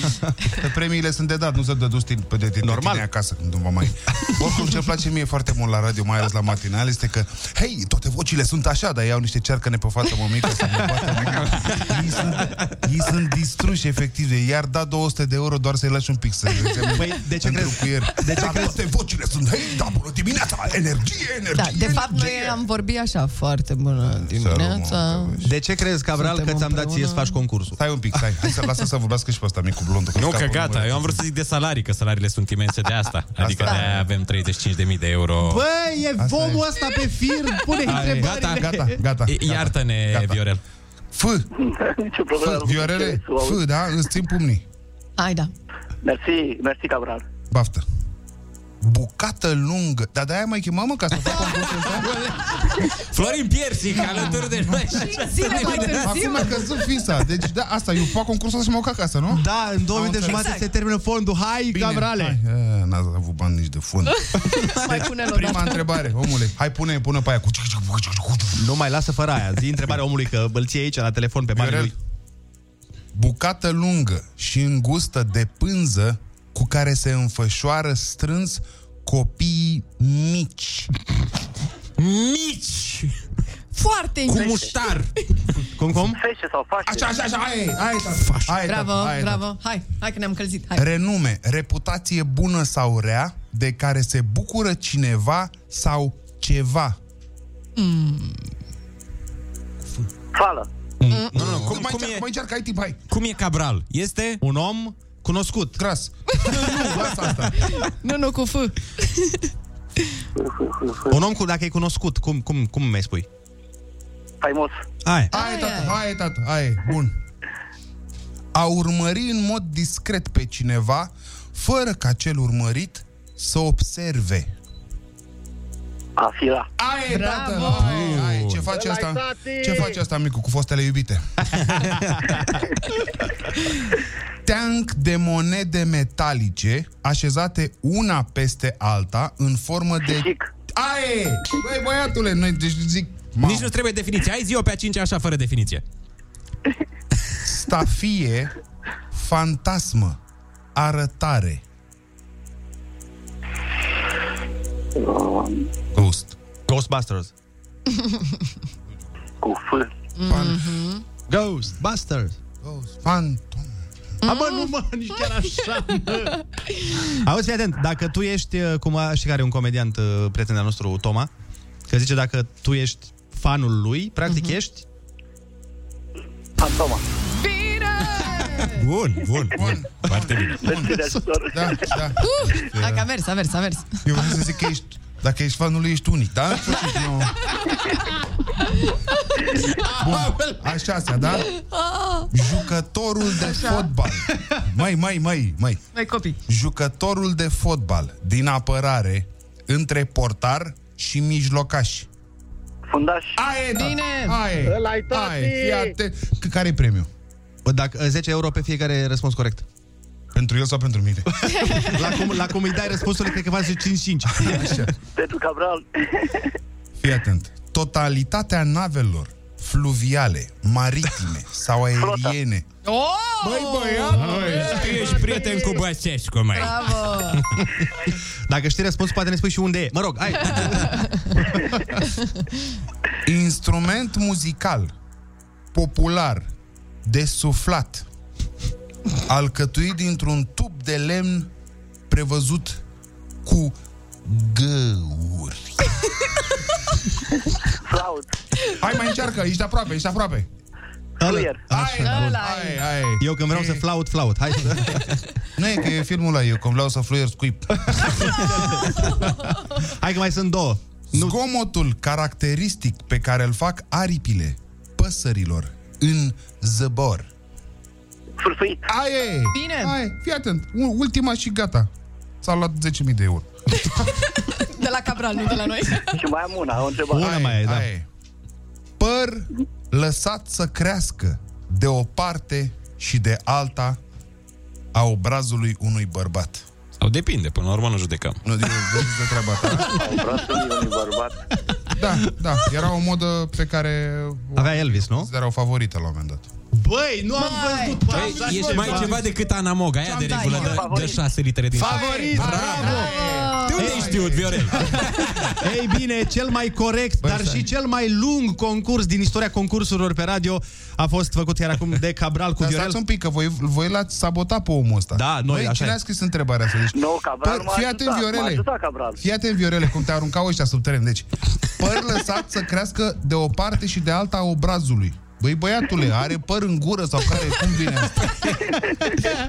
K: Că premiile sunt de dat, nu se dă dus timp pe de, de Normal. tine acasă când nu va mai... Oricum, ce place mie foarte mult la radio, mai ales la matinal, este că, hei, toate vocile sunt așa, dar iau niște cercăne pe față, mămică, să mă bată. Ei sunt, ei sunt distruși, efectiv. de- I-ar da 200 de euro doar să-i lași un pic să
C: Păi, de ce crezi?
K: De ce dar crezi? toate vocile sunt, hei, da, bună dimineața, energie, energie.
I: Da, de fapt, noi am vorbit așa foarte bună dimineața.
C: De ce crezi, Cabral,
I: Suntem
C: că ți-am dat ție
I: împreună.
C: să faci concursul?
K: Stai un pic, stai. Hai să lasă să vorbească și pe ăsta micul blond.
D: Nu, că gata, eu am vrut să zic de salarii, că salariile sunt imense de asta. Adică
K: Asta-
D: de avem 35.000 de euro.
C: Băi, e omul ăsta pe fir, pune
D: Hai,
C: întrebările.
D: gata,
K: Gata, gata.
D: I- Iartă-ne, Viorel.
K: F. F, Viorele, F, da? Îți țin pumnii.
I: Hai, da.
L: Mersi, mersi Cabral.
K: Baftă. Bucată lungă. Dar de-aia mai chemam, mă, ca să fac concursul ăsta?
D: Florin Piersic, alături de noi.
I: Zile mai târziu.
K: Acum a căzut fisa. Deci, da, asta, eu fac concursul ăsta și mă duc acasă, nu?
C: Da, în două
K: Am
C: minute
K: înțeles.
C: jumate se termină fondul. Hai,
K: Bine,
C: Cabrale!
K: hai. E, N-ați avut bani nici de fund.
I: Mai pune-l o
K: Prima întrebare, omule. Hai, pune, pune pe aia. cu-
C: Nu mai lasă fără aia. Zi întrebarea omului că îl ții aici la telefon pe banii lui.
K: Viorel, bucată lungă și îngustă de pânză cu care se înfășoară strâns copiii mici.
D: Mici!
I: Foarte
D: Cu
I: bine.
D: muștar!
C: Cum, cum?
L: Feșe sau face?
K: Așa, așa, așa, aia e, aia e, tată, aia e, tată,
I: Bravo,
K: aia e, tată.
I: bravo. Hai, hai că ne-am călzit. Hai.
K: Renume, reputație bună sau rea, de care se bucură cineva sau ceva.
L: Fală.
D: Mm. Nu, nu, cum,
K: Cum, mai,
D: cum,
K: încearcă,
D: e,
K: mai încearcă, ai timp, hai.
D: cum e Cabral? Este...
C: Un om cunoscut.
K: Cras. nu, lasă asta.
I: Nu, nu, cu F.
C: Un om, cu, dacă e cunoscut, cum, cum, cum mai spui?
L: Faimos.
C: Aia.
K: Aia e,
I: Aia
K: tată, aia e, tată, aia e, bun. A urmări în mod discret pe cineva, fără ca cel urmărit să observe.
L: A fi la.
K: Aia e, tată,
I: Bravo!
K: aia e, aia e. Ce face asta? Ce face asta, micu, cu fostele iubite? Teanc de monede metalice așezate una peste alta în formă de...
L: Fișic.
K: Aie! Băi, băiatule, noi deci zic... Mamă.
D: Nici nu trebuie definiție. Ai zi-o pe a cincea așa, fără definiție.
K: Stafie, fantasmă, arătare. Ghost.
C: Ghostbusters.
L: Cu F.
K: Fan,
C: Ghostbusters.
K: Ghost. Phantom.
C: Mm. Abă, nu mă, nici chiar așa, mă. Auzi, fii atent, dacă tu ești, uh, cum a, știi care e un comediant, uh, prieten al nostru, Toma, că zice dacă tu ești fanul lui, practic mm-hmm. ești
L: Fantoma.
D: Bun, bun,
K: Bun.
D: bun. Foarte bine.
L: Mersi de ajutor.
K: Da, da.
I: Hai că a mers, a mers, a mers.
K: Eu vreau să zic că ești... Dacă ești fanul lui, ești unic, da? În sfârșit, nu. Bun, a șasea, da? Jucătorul de fotbal. Mai, mai, mai, mai.
I: Mai copii.
K: Jucătorul de fotbal din apărare între portar și mijlocaș.
L: Fundaș.
K: Aie, da.
I: Bine.
K: Aie,
J: Ăla-i tati.
K: aie, fii atent. C- Care-i premiu?
C: Bă, Dacă, 10 euro pe fiecare răspuns corect.
K: Pentru el sau pentru mine?
C: La cum, la cum îi dai răspunsurile, cred că faci 5-5.
K: Așa.
L: Pentru Cabral.
K: Fii atent. Totalitatea navelor fluviale, maritime sau aeriene.
I: Oh!
K: Băi, băiat,
D: Tu ești prieten cu Băsescu, mai.
I: Bravo!
C: Dacă știi răspunsul, poate ne spui și unde e. Mă rog, hai.
K: Instrument muzical popular de suflat alcătuit dintr-un tub de lemn prevăzut cu găuri. Hai mai încearcă, ești aproape, ești aproape.
C: Clear. Așa, bun.
K: Ai, ai.
C: Eu când vreau să flaut, flaut. Hai să...
K: Nu e că e filmul ăla, eu când vreau să fluier scuip.
C: Hai că mai sunt două.
K: Zgomotul caracteristic pe care îl fac aripile păsărilor în zăbor. Furfuit. Aie!
I: Bine!
K: Aie, fii atent. U- Ultima și gata. S-a luat 10.000 de euro.
I: De la Cabral, nu de la noi.
L: Și mai am una, o întrebare.
K: Aie,
C: da.
K: aie. Păr lăsat să crească de o parte și de alta a obrazului unui bărbat.
D: Sau depinde, până la urmă nu judecăm.
K: Nu, de, de, de treaba ta. Da, da. Era o modă pe care...
C: Avea Elvis, nu?
K: Era o favorită la un moment dat.
C: Băi, nu am văzut pe
D: Păi, ești mai ceva decât Anamog, aia de
C: Ce-am dat
D: regulă
C: eu?
D: dă, dă
C: Favorit.
D: 6 litere din
C: Favorit, bravo!
D: De unde ai știut, Viorel?
C: Ei bine, cel mai corect, dar și cel mai lung concurs din istoria concursurilor pe radio a fost făcut chiar acum de Cabral cu
K: Dar
C: Viorel.
K: stați un pic, că voi, voi l-ați sabotat pe omul ăsta.
C: Da, noi,
K: Băi,
C: așa
K: cine
C: e.
K: a scris întrebarea asta? Deci,
L: Nu, Cabral
K: Păr-
L: m-a
K: fii
L: ajutat,
K: atent, Viorele.
L: m-a ajutat Cabral.
K: Fii atent, Viorele, cum te aruncau ăștia sub teren. Deci, păr lăsat să crească de o parte și de alta a obrazului. Băi, băiatule, are păr în gură sau care, cum vine asta?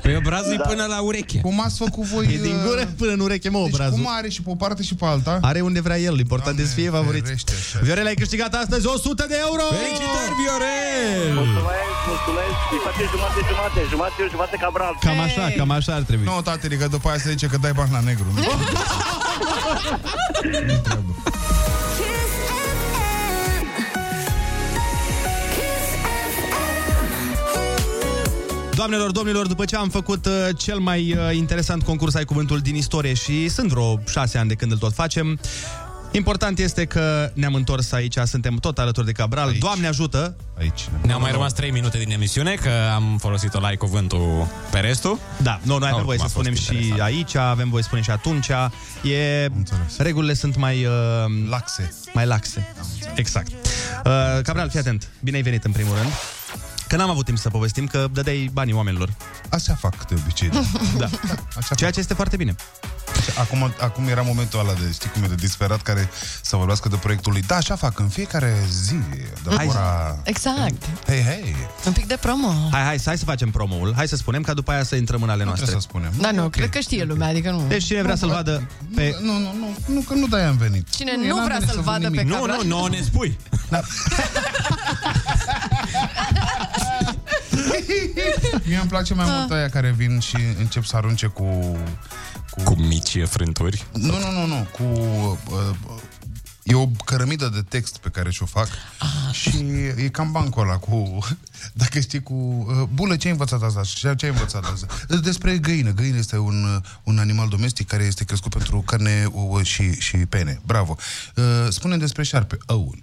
D: Păi obrazul da. până la ureche.
K: Cum ați făcut voi?
C: E din gură până în ureche, mă,
K: Deci
C: obrazul.
K: cum are și pe o parte și pe alta?
C: Are unde vrea el, important e să fie favorit.
K: ferește, așa.
C: Viorel, ai câștigat astăzi 100 de euro!
D: Felicitări, Viorel!
L: Mulțumesc, mulțumesc. Îi face jumate, jumate, jumate, jumate Cabral.
C: Cam așa, cam așa ar trebui.
K: Nu, no, tatăl, că adică după aia se zice că dai bani la negru. Nu? Nu treabă.
C: Doamnelor, domnilor, după ce am făcut uh, cel mai uh, interesant concurs ai cuvântul din istorie și sunt vreo șase ani de când îl tot facem, important este că ne-am întors aici, suntem tot alături de Cabral. Aici. Doamne ajută!
K: Aici.
D: Ne-au mai rămas 3 minute din emisiune, că am folosit-o la ai cuvântul pe restul.
C: Da, nu, noi avem
D: Oricum
C: voie
D: a
C: să
D: fost
C: spunem și
D: interesant.
C: aici, avem voie să spunem și atunci. E... Regulile sunt mai... Uh,
K: Laxe.
C: mai laxe. Exact. Uh, Cabral, fii atent. Bine ai venit în primul rând. Că n-am avut timp să povestim, că dădeai banii oamenilor.
K: Așa fac de obicei. da.
C: Da.
K: Așa
C: Ceea ce este foarte bine.
K: Acum, acum era momentul ăla de, știi cum e, de disperat care să vorbească de proiectul lui. Da, așa fac, în fiecare zi, Da. de la
C: Hai.
K: ora...
I: Exact.
K: Hei, hei,
I: Un pic de promo.
C: Hai, hai, hai să facem promoul. Hai să spunem ca după aia să intrăm în ale
K: nu trebuie
C: noastre.
K: să spunem.
I: Da, nu,
K: ok.
I: cred că știe lumea, adică nu.
C: Deci cine vrea să-l vadă pe...
K: Nu, nu, nu, nu, că nu de am venit.
I: Cine
K: eu
I: nu
K: n-am
I: vrea
K: venit
I: să-l
K: să văd
I: vadă pe
K: nimic.
D: Nu,
I: Cabral...
D: nu, nu, ne spui.
K: Mie îmi place mai mult aia care vin și încep să arunce cu... cu...
D: Cu mici frânturi.
K: Nu, nu, nu, nu, cu... Uh, uh, E o cărămidă de text pe care și-o fac
I: Ah.
K: și e cam bancul ăla cu, dacă știi, cu... uh, Bulă, ce ai învățat asta? Ce, ce ai învățat asta? Despre găină. Găină este un, uh, un animal domestic care este crescut pentru carne ouă și, și pene. Bravo. Uh, Spune despre șarpe. Aul.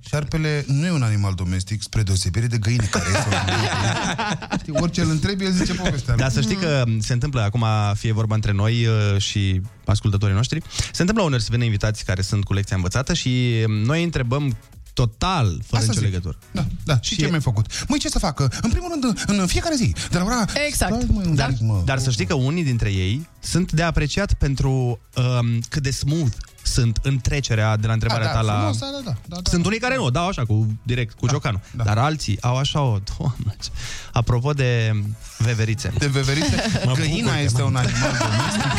K: Șarpele nu e un animal domestic, spre deosebire de găină care este un animal domestic. Știi, orice îl întrebi, el zice povestea.
C: Dar să știi că se întâmplă, acum fie vorba între noi uh, și ascultătorii noștri, se întâmplă uneori să vină invitați care sunt cu lecția învățată și um, noi îi întrebăm total, fără
K: Asta
C: nicio
K: zic.
C: legătură.
K: Da, da. Și,
C: Și
K: ce
C: e-
K: mi-ai făcut? Măi, ce să fac? În primul rând, în fiecare zi, de la ora...
I: Exact.
K: Da. Stai, măi, un
C: Dar,
K: pic, mă. Da,
C: dar să știi că unii dintre ei sunt de apreciat pentru um, cât de smooth sunt în trecerea de la
K: da,
C: întrebarea
K: da,
C: ta la...
K: Frumos, da, da, da, da, da.
C: Sunt unii care nu o dau așa, cu, direct, cu da, ciocanul.
K: da.
C: Da. Dar alții au așa o... Doamne, ce- apropo de veverițe.
K: De veverite,
D: bucur
K: găina
D: că
K: este un animal domestic.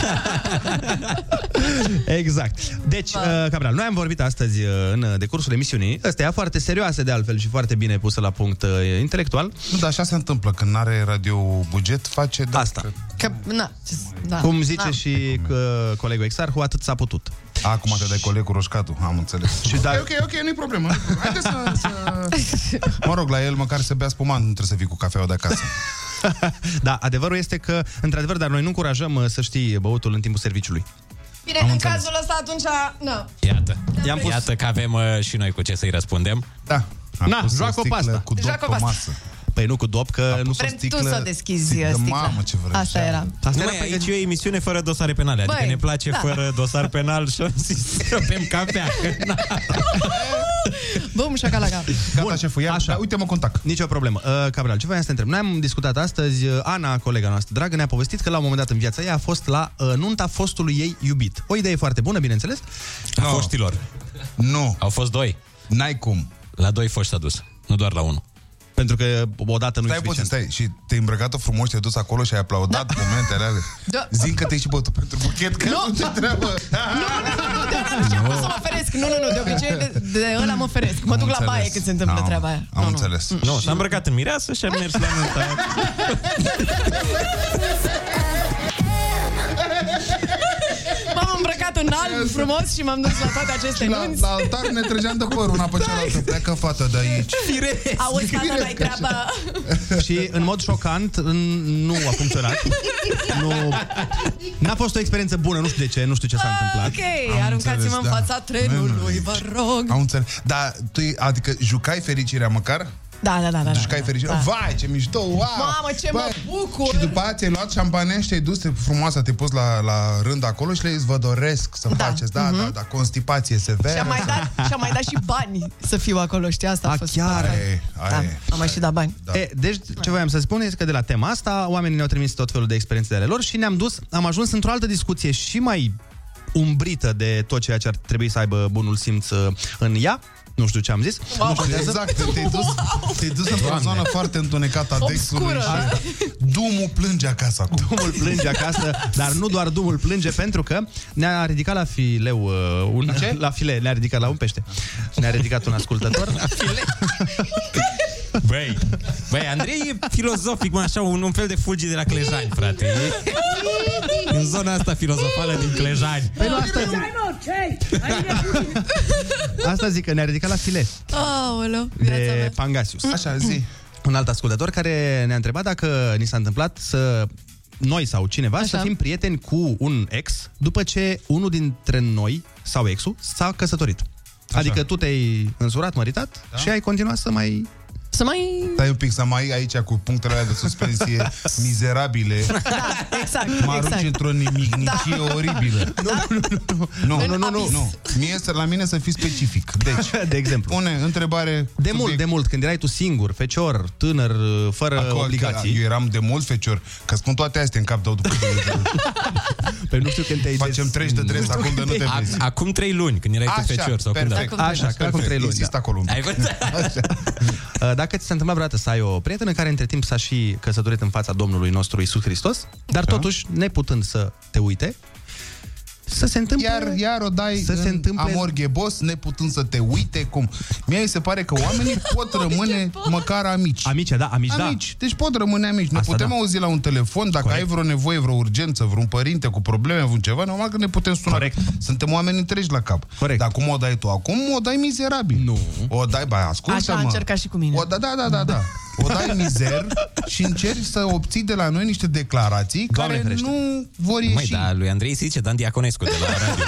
C: Exact. Deci, uh, Cabral, noi am vorbit astăzi uh, în uh, decursul emisiunii, ăsta e foarte serioasă de altfel și foarte bine pusă la punct uh, intelectual,
K: Nu, dar așa se întâmplă. Când are radio buget, face... Da,
C: Asta.
K: Că...
I: Că, na, ce- da.
C: cum zice
I: Da.
C: și uh, colegul Exarhu, atât s-a putut.
K: Acum te dai coleg cu roșcatul, am înțeles.
C: Și da-
K: Ok, ok, ok, nu-i problemă. nu-i problemă. Haideți să, să... Mă rog, la el măcar să bea spumant, nu trebuie să vii cu cafeaua de acasă.
C: Da, adevărul este că, într-adevăr, dar noi nu încurajăm uh, să știi băutul în timpul serviciului.
I: Bine, în cazul ăsta atunci, na.
D: Iată.
C: I-am pus.
D: Iată că avem uh, și noi cu ce să-i răspundem.
K: Da. Am
C: Na,
K: pus o
C: joacă-o
K: sticlă
C: pasta.
K: Cu joacă
I: Joacă-o
K: pe
I: pasta.
K: masă.
C: Păi nu cu dop, că nu
I: Vrem tu să o deschizi uh, sticla.
K: Mamă, ce vrei.
I: Asta era.
D: Asta Numai aici e o emisiune fără dosare penale. Adică
I: Băi,
D: ne place
I: da.
D: fără dosar penal și am zis să bem cafea.
I: Bum, șacalaca.
C: Gata, Bun. șeful, ia, Așa. uite-mă contact. Nicio problemă. Uh, Cabral, ce voiam să te întreb? Noi am discutat astăzi, uh, Ana, colega noastră dragă, ne-a povestit că la un moment dat în viața ei a fost la uh, nunta fostului ei iubit. O idee foarte bună, bineînțeles.
D: A foștilor.
K: Nu.
D: Au fost doi.
K: N-ai cum.
D: La doi foști s-a dus, nu doar la unul.
C: Pentru că odată nu
K: Stai puțin, stai, și te-ai îmbrăcat-o frumos, te-ai dus acolo și ai aplaudat da. momentele alea.
I: Da.
K: Zin că te-ai și bătut pentru buchet, că nu,
I: Nu.
K: nu te treabă.
I: De ăla și acum să mă feresc. Nu, nu, nu, de obicei de, de ăla mă feresc. Mă duc la
K: înțeles.
I: baie când se întâmplă
K: Am-
I: treaba aia.
K: Am înțeles.
D: Nu, s-a îmbrăcat în mireasă și a mers la nunta.
I: M-am îmbrăcat în alb frumos și m-am dus la toate aceste
K: La,
I: nunți.
K: la altar ne trăgeam de păr una pe cealaltă. Pleacă fată de aici.
I: Firesc. Auzi, tata, n-ai treabă.
C: Și în mod șocant n- nu a funcționat. Nu... N-a fost o experiență bună, nu știu de ce, nu știu ce s-a întâmplat.
I: Ah, Ok,
K: Am
I: aruncați-mă în
K: înțeles, da.
I: fața trenului, vă rog.
K: Am înțeles. Dar tu, adică, jucai fericirea măcar? Deci
I: Da, da, da, da.
K: Jucai fericirea?
I: da.
K: Vai, ce mișto, wow!
I: Mamă, ce mă
K: Vai.
I: bucur!
K: Și după aia ți-ai luat șampania și te-ai dus te- frumoasă, te-ai pus la, la rând acolo și le-ai zis, vă doresc să da. faceți, da, da, da, constipație severă.
I: Și-am Mhm. mai, dat, și-am mai dat și bani să fiu acolo, știi? Asta a, fost.
C: chiar.
I: Da,
K: Aia e, aia
I: da,
K: e.
I: am mai și dat bani.
K: Da.
C: E, deci, ce voiam să spun este că de la tema asta, oamenii ne-au trimis tot felul de experiențe ale lor și ne-am dus, am ajuns într-o altă discuție și mai umbrită de tot ceea ce ar trebui să aibă bunul simț uh, în ea. Nu știu ce am zis.
I: Wow.
C: Nu contează.
K: Exact, te-ai dus, te-ai dus într-o
D: Doamne.
K: zonă foarte întunecată a Dexului
I: Obscură.
K: și Dumul plânge acasă acum.
C: Dumul plânge acasă, dar nu doar dumul plânge, pentru că ne-a ridicat la fileu uh, un... Ce? La file, ne-a ridicat la un pește. Ne-a ridicat un ascultător.
D: Băi, băi, Andrei e filozofic, mă, așa, un, un fel de fulgi de la Clejani, frate. E în zona asta filozofală din Clejani.
C: Păi nu, asta, asta zic că ne-a ridicat la file
I: Aoleu, viața mea. Mm.
C: de Pangasius.
K: Așa, zi.
C: un alt ascultător care ne-a întrebat dacă ni s-a întâmplat să noi sau cineva Așa. să fim prieteni cu un ex după ce unul dintre noi sau exul s-a căsătorit. Așa. Adică tu te-ai însurat, măritat da? și ai continuat să mai...
I: Să mai...
K: Stai un pic să mai ai aici cu punctele alea de suspensie mizerabile.
I: Exact,
K: Mă arunci
I: exact.
K: într-o nimicnicie da. oribilă. Nu, nu, nu, nu, nu, nu. Mie să, la mine să fii specific. Deci,
C: De exemplu.
K: pune întrebare...
C: De
K: subiect.
C: mult, de mult, când erai tu singur, fecior, tânăr,
K: Acolo, adică,
C: fără
K: da,
C: Acolo, obligații.
K: Eu eram de mult fecior, că spun toate astea în cap, dau după Dumnezeu.
C: Păi nu știu când te-ai...
K: Facem
C: des-
K: 30 de drept acum de nu te
D: A,
K: vezi.
D: acum trei luni, când erai tu fecior sau când...
K: da. perfect.
I: Acum trei
C: Așa, luni. că acum trei luni,
K: Insist
C: da.
K: acolo. un pic.
D: Ai văzut?
K: Așa.
C: Uh, Dacă ți s-a întâmplat vreodată să ai o prietenă care între timp s-a și căsătorit în fața Domnului nostru Isus Hristos, dar
K: Așa.
C: totuși, neputând să te uite, să se întâmple...
K: Iar, iar o dai să
C: Să se
K: în
C: întâmple-
K: întâmple... amorghebos, neputând să te uite cum. Mie se pare că oamenii pot rămâne măcar amici.
C: Amice, da, amici, da.
K: Amici, deci pot rămâne amici. Ne
C: Asta
K: putem
C: da.
K: auzi la un telefon dacă
C: Corect.
K: ai vreo nevoie, vreo urgență, vreun părinte cu probleme, vreun ceva, normal că ne putem suna.
C: Corect.
K: Suntem oameni întregi la cap.
C: Corect.
K: Dar cum o dai tu acum, o dai mizerabil.
C: Nu.
K: O dai, ba, ascultă-mă.
I: Așa a încercat și cu mine.
K: O, da, da, da, da, da. O dai mizer și încerci să obții de la noi niște declarații
C: Doamne
K: care
C: ferește.
K: nu vor
C: Păi,
D: Măi,
K: ieși.
D: da, lui Andrei se zice Dan Diaconescu de la radio.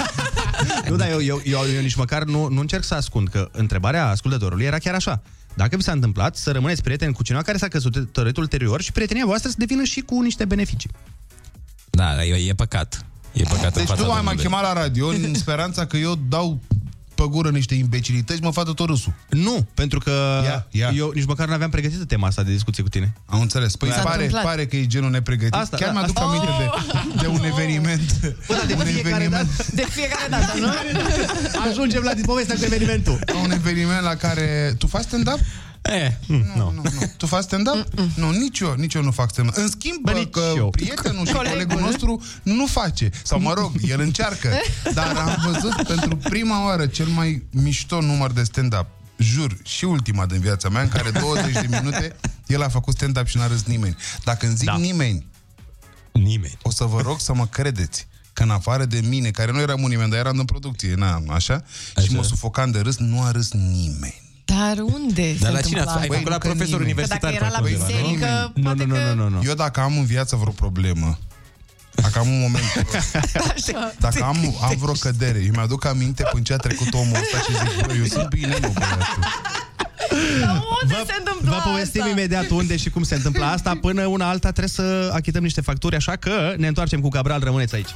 C: Nu, dar eu, eu, eu, eu nici măcar nu, nu încerc să ascund că întrebarea ascultătorului era chiar așa. Dacă vi s-a întâmplat să rămâneți prieteni cu cineva care s-a căsătorit ulterior și prietenia voastră să devină și cu niște beneficii.
D: Da, dar e, e păcat. E păcat în
K: Deci tu
D: fața
K: ai m-a
D: Domnului.
K: chemat la radio în speranța că eu dau pe gură niște imbecilități, mă fată tot râsul.
C: Nu, pentru că
K: Ia, ia.
C: eu nici măcar nu aveam pregătită tema asta de discuție cu tine.
K: Am înțeles. Păi
I: S-a
K: pare,
I: întâmplat.
K: pare că e genul nepregătit.
C: Asta,
K: Asta, Chiar
C: da,
K: mi-aduc
C: asta-
K: aminte de, de un eveniment.
C: Bă, dar de
K: un
C: fiecare
K: eveniment,
C: dată
I: De fiecare dată, nu?
C: ajungem la povestea cu evenimentul.
K: un eveniment la care... Tu faci stand-up?
D: Eh,
C: hm,
D: mm, nu.
K: Nu, nu, nu. Tu faci stand-up?
C: Mm,
K: Nu, nici eu, nici eu nu fac stand-up. În schimb,
C: Bă,
K: bă,
C: Păi nici
K: că
C: eu.
K: prietenul și
I: Colegul.
K: colegul nostru nu face. Sau, mă rog, el încearcă. Dar am văzut pentru prima oară cel mai mișto număr de stand-up. Jur, și ultima din viața mea, în care 20 de minute el a făcut stand-up și n-a râs nimeni. Dacă îmi zic
C: Da.
K: da. nimeni,
D: Nimeni.
K: o să vă rog să mă credeți că în afară de mine, care nu eram un nimeni, dar eram în producție, na, așa, așa, și mă sufocam de râs, nu a râs nimeni.
I: Dar unde
D: Dar
I: se
D: la cine
I: întâmpla
D: ați ai
I: asta?
D: făcut la
K: că
D: profesor
K: nimeni.
I: Că dacă
D: universitar?
I: era la
D: pe acolo, nu?
I: biserică,
K: Nu,
C: Nu,
I: poate
C: nu, nu,
I: că...
C: nu, nu, nu.
K: Eu dacă am în viață vreo problemă, dacă am un moment
I: Așa.
K: Dacă am, am vreo cădere, eu mi-aduc aminte până ce a trecut omul ăsta și zic, bă, eu sunt bine, mă, băiatul.
I: unde se întâmplă
C: Vă povestim
I: asta?
C: imediat unde și cum se întâmplă asta. Până una alta trebuie să achităm niște facturi, așa că ne întoarcem cu Gabriel, rămâneți aici.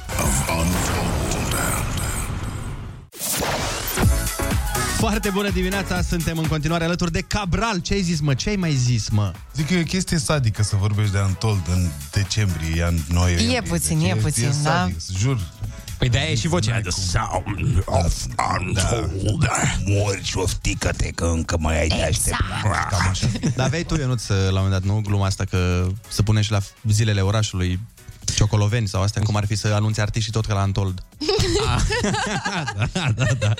C: Foarte bună dimineața, suntem în continuare alături de Cabral. Ce ai zis, mă? Ce ai mai zis, mă?
K: Zic că e o chestie sadică să vorbești de Antold în decembrie, ea în noiembrie.
I: E puțin,
K: Deci
I: e puțin,
K: sadic,
I: da.
K: Jur. Păi de-aia e și vocea. The
A: sound of untold. Da. Mori și oftică-te că încă mai ai de
D: Exact.
A: așteptat. Cam așa.
C: Dar aveai tu, Ionuț, la un moment dat, nu? Gluma asta că se pune și la zilele orașului ciocoloveni sau astea, cum ar fi să anunțe artiștii tot că la Antold.
D: da, da, da.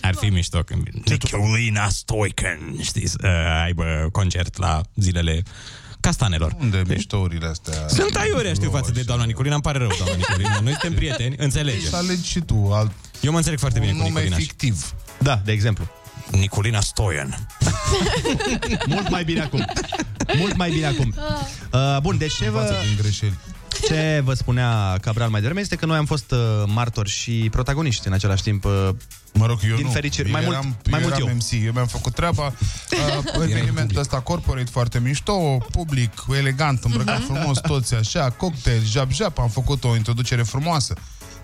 D: Ar fi mișto când Nicolina Stoican, știi, să aibă concert la zilele castanelor.
K: Unde miștourile astea?
D: Sunt aiurea, știu, față de doamna Nicolina. Îmi pare rău, doamna Nicolina. Noi suntem prieteni, înțelege.
K: Să alegi și tu alt...
D: Eu mă înțeleg foarte bine cu
K: nume
D: Nicolina.
K: fictiv.
C: Da, de exemplu.
D: Nicolina Stoian.
C: Mult mai bine acum. Mult mai bine acum. Uh, bun, deci ce vă,
K: Față din greșeli.
C: ce vă spunea Cabral mai devreme este că noi am fost uh, martori și protagoniști în același timp. Uh,
K: mă rog, eu
C: din
K: nu.
C: fericire,
K: eu
C: mai mult,
K: eram,
C: mai
K: eu
C: mult eu.
K: eram MC, eu mi-am făcut treaba. Uh, evenimentul ăsta corporate foarte mișto, public, elegant, îmbrăcat frumos, toți așa, cocktail, jap-jap, am făcut o introducere frumoasă.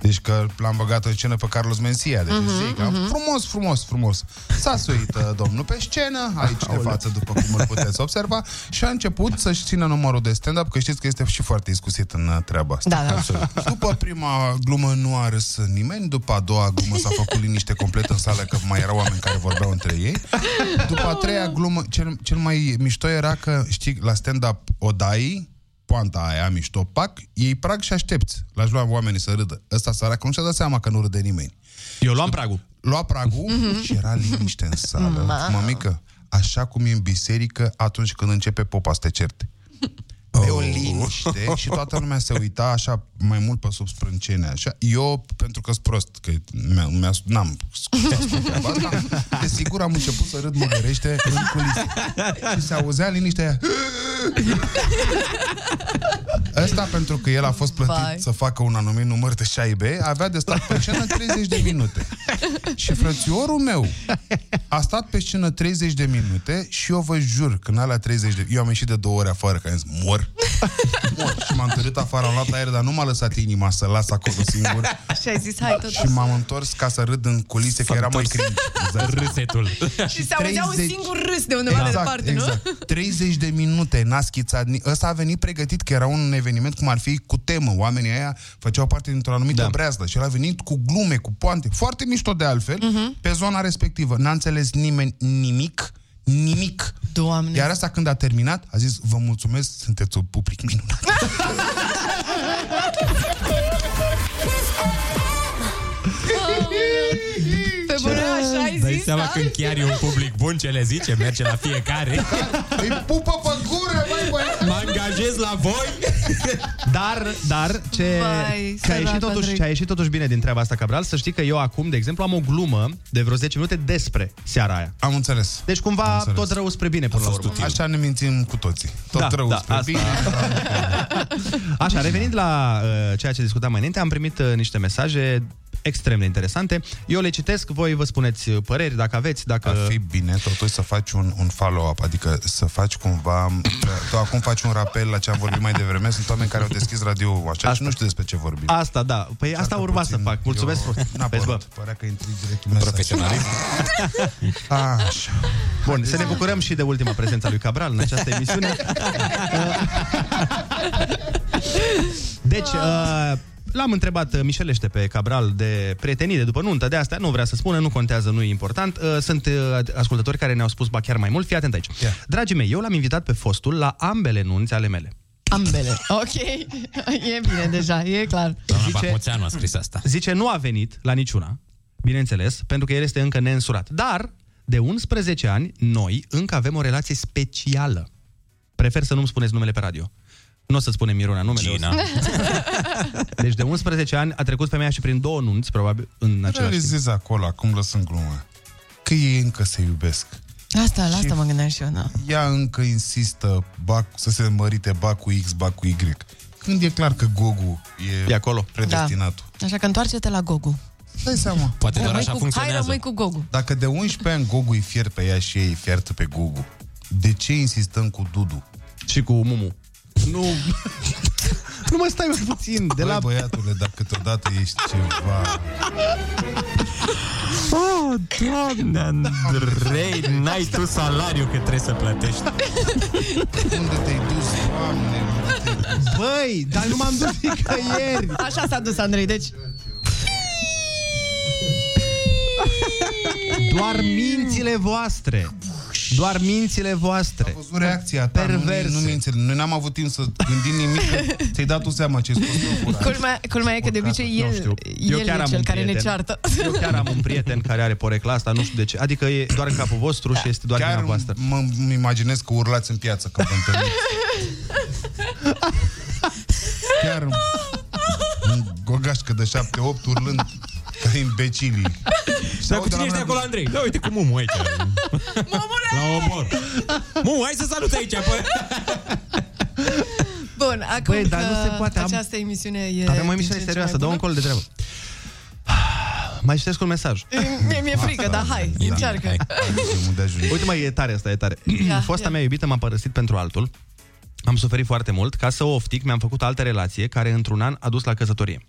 K: Deci că l-am băgat în scenă pe Carlos Mencia, deci
B: Mhm,
K: zic, am- frumos, frumos, frumos. S-a suit uh, domnul pe scenă, aici de față, după cum îl puteți observa, și a început să-și țină numărul de stand-up, că știți că este și foarte iscusit în uh, treaba asta.
I: Da, da.
K: După prima glumă nu a râs nimeni, după a doua glumă s-a făcut liniște completă în sală, că mai erau oameni care vorbeau între ei. După a treia glumă, cel, cel mai mișto era că, știi, la stand-up o dai, poanta aia mișto, pac, ei prag și aștepți. L-aș lua oamenii să râdă. Ăsta săracul nu și-a dat seama că nu râde nimeni.
C: Eu luam pragul.
K: Lua pragul și era liniște în sală. Mămică, așa cum e în biserică atunci când începe popa să te certe. Pe o liniște și toată lumea se uita așa mai mult pe sub sprâncene. Așa. Eu, pentru că sunt prost, că mi-a, mi-a, n-am scuzat cu treaba asta, desigur am început să râd măgărește în culise. Și se auzea liniștea aia. Ăsta pentru că el a fost plătit
B: Vai.
K: să facă un anumit număr de șaibe, avea de stat pe scenă 30 de minute. Și frățiorul meu a stat pe scenă 30 de minute și eu vă jur, când alea 30 de... Eu am ieșit de două ore afară, că am zis, mor. mor. Și m-am târât afară, am luat aer, dar nu m-a lăsat inima să las acolo singur.
I: Și ai zis, hai
K: Și
I: totuși.
K: m-am întors ca să râd în culise, că era mai cringe. Exact.
D: Râsetul.
I: Și se auzea un
K: 30
I: singur râs de undeva de departe, nu?
K: exact. 30 de minute n-a schițat. ni- Ăsta a venit pregătit că era un eveniment cum ar fi cu temă. Oamenii aia făceau parte dintr-o anumită da. breazdă și el a venit cu glume, cu poante. Foarte mișto de altfel,
I: Mhm.
K: uh-huh. pe zona respectivă. N-a înțeles nimeni nimic, nimic.
I: Doamne.
K: Iar asta când a terminat, a zis, vă mulțumesc, sunteți un public minunat.
I: Oh. Pe bune, așa ai
D: Dai
I: zis,
D: seama
I: da?
D: când chiar e un public bun ce le zice, merge la fiecare.
K: Îi pupă pe gură, mai băiat!
D: Mă angajez la voi!
C: Dar, dar, ce,
I: Vai,
C: ce, a
I: sărac
C: ieșit totuși,
I: Andrei.
C: ce a ieșit totuși bine din treaba asta, Cabral, să știi că eu acum, de exemplu, am o glumă de vreo 10 minute despre seara aia.
K: Am înțeles.
C: Deci cumva
K: Înțeles.
C: tot rău spre bine până la urmă.
K: Așa ne mințim cu toții. Tot
C: Da,
K: da, rău
C: da,
K: da, spre
C: asta-
K: bine.
C: Așa, revenind la uh, ceea ce discutam mai înainte, am primit uh, niște mesaje extrem de interesante. Eu le citesc, voi vă spuneți uh, păreri, dacă aveți, dacă...
K: Ar fi bine totuși să faci un, un follow-up, adică să faci cumva... Tu acum faci un rapel la ce am vorbit mai devreme, sunt oameni care au deschis radio așa și nu știu despre ce vorbim.
C: Asta, da. Păi asta urma să fac. Mulțumesc frumos.
K: N-a
C: Vezi, bă.
K: părut. Părea că intri direct în mesaj.
D: Profesionalism.
K: Așa.
C: Bun, să ne bucurăm și de ultima prezența lui Cabral în această emisiune. Deci, uh, l-am întrebat uh, mișelește pe Cabral de prietenii de după nuntă, de astea nu vrea să spună, nu contează, nu e important. Uh, Sunt uh, ascultători care ne-au spus ba chiar mai mult, fii atent aici.
K: Ia.
C: Dragii mei, eu l-am invitat pe fostul la ambele nunți ale mele.
I: Ambele. Ok. E bine deja, e clar.
D: Doamna
C: Zice-
D: Bahmoțeanu a scris asta.
C: Zice, nu a venit la niciuna, bineînțeles, pentru că el este încă neînsurat. Dar, de 11 ani, noi încă avem o relație specială. Prefer să nu-mi spuneți numele pe radio. Nu o să spunem Miruna numele. o
D: Gina.
C: să- Deci de 11 ani a trecut femeia și prin două nunți, probabil, în același timp.
K: Realizez acolo, acum lăsând glumă, că ei încă se iubesc.
I: Asta, la
K: Și-
I: asta mă gândeam și eu, da.
K: Ea încă insistă ba, să se mărite ba cu X, ba cu Y. Când e clar că Gogu e,
C: E acolo.
K: predestinatul.
I: Așa că Da. întoarce-te la Gogu.
K: Dai seama.
D: Poate doar
I: Rămâi cu- Hai rămâi cu Gogu.
K: Dacă de 11 ani Gogu îi fier pe ea și ei îi fiertă pe Gogu, de ce insistăm cu Dudu?
C: Și cu Mumu. Nu... nu mă stai mai puțin de la...
K: Băi, băiatule, dacă câteodată ești ceva...
D: Oh,
C: Ah,
D: doamne, Andrei, n-ai tu salariu că trebuie să plătești.
K: Unde te-ai dus, doamne?
C: Băi, dar nu m-am dus nicăieri.
I: Așa s-a dus Andrei, deci...
C: Doar mințile voastre. Doar mințile voastre. Am
K: văzut reacția ta.
C: Perverse.
K: Nu, nu înțeleg. Noi n-am avut timp să gândim nimic. că Ți-ai dat tu seama ce spus.
I: Culmea, culmea e că de obicei
C: Nu
I: el,
C: știu. Eu
I: el
C: chiar
I: e
C: am
I: cel
C: un
I: care ne
C: prieten.
I: ceartă.
C: Eu chiar am un prieten care are porecla asta, nu știu de ce. Adică e doar în capul vostru și este doar
K: Chiar
C: vina voastră.
K: mă îmi imaginez că urlați în piață când vă întâlniți. Chiar un gogașcă de 7-8 urlând ca imbecilii.
D: Dar cu cine ești de acolo, Andrei? Da, uite cu Mumu aici. La omor. Mumu, hai să salut aici, păi.
I: Bun, acum
C: Băi, dar nu
I: că
C: se poate, am-
I: această emisiune e...
C: Avem o
I: din ce în
C: emisiune
I: ce
C: serioasă,
I: mai
C: dă un
I: bună.
C: col de treabă. Mai citesc un mesaj.
I: Mie
C: Da,
I: mi-e frică, dar hai, încearcă.
C: Uite, mai e tare asta, e tare.
I: Ia,
C: Fosta
I: ia.
C: mea iubită m-a părăsit pentru altul. Am suferit foarte mult. Ca să o oftic, mi-am făcut altă relație care într-un an a dus la căsătorie.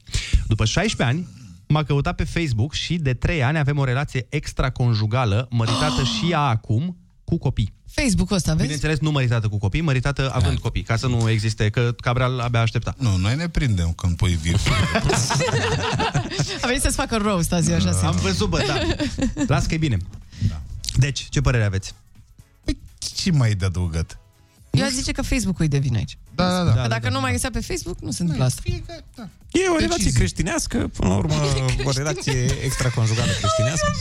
C: După 16 ani, m-a căutat pe Facebook și de 3 ani avem o relație extraconjugală, măritată și ea acum, cu copii.
I: Facebook-ul ăsta, vezi?
C: Bineînțeles, nu măritată cu copii, măritată având copii, ca să nu existe, că Cabral abia aștepta.
K: Nu, noi ne prindem când pui viu.
I: A venit să-ți facă roast azi, eu așa simt.
C: Am văzut, bă, da. Las că e bine. Deci, ce părere aveți?
K: Păi, Ce mai e de adăugat?
I: Eu aș zice că Facebook-ul e de vină aici.
K: Da, da, da.
I: Că dacă nu mai găsea pe Facebook, nu se întâmplă asta.
D: E o relație creștinească, până la urmă, Uh, o relație extraconjugală creștinească.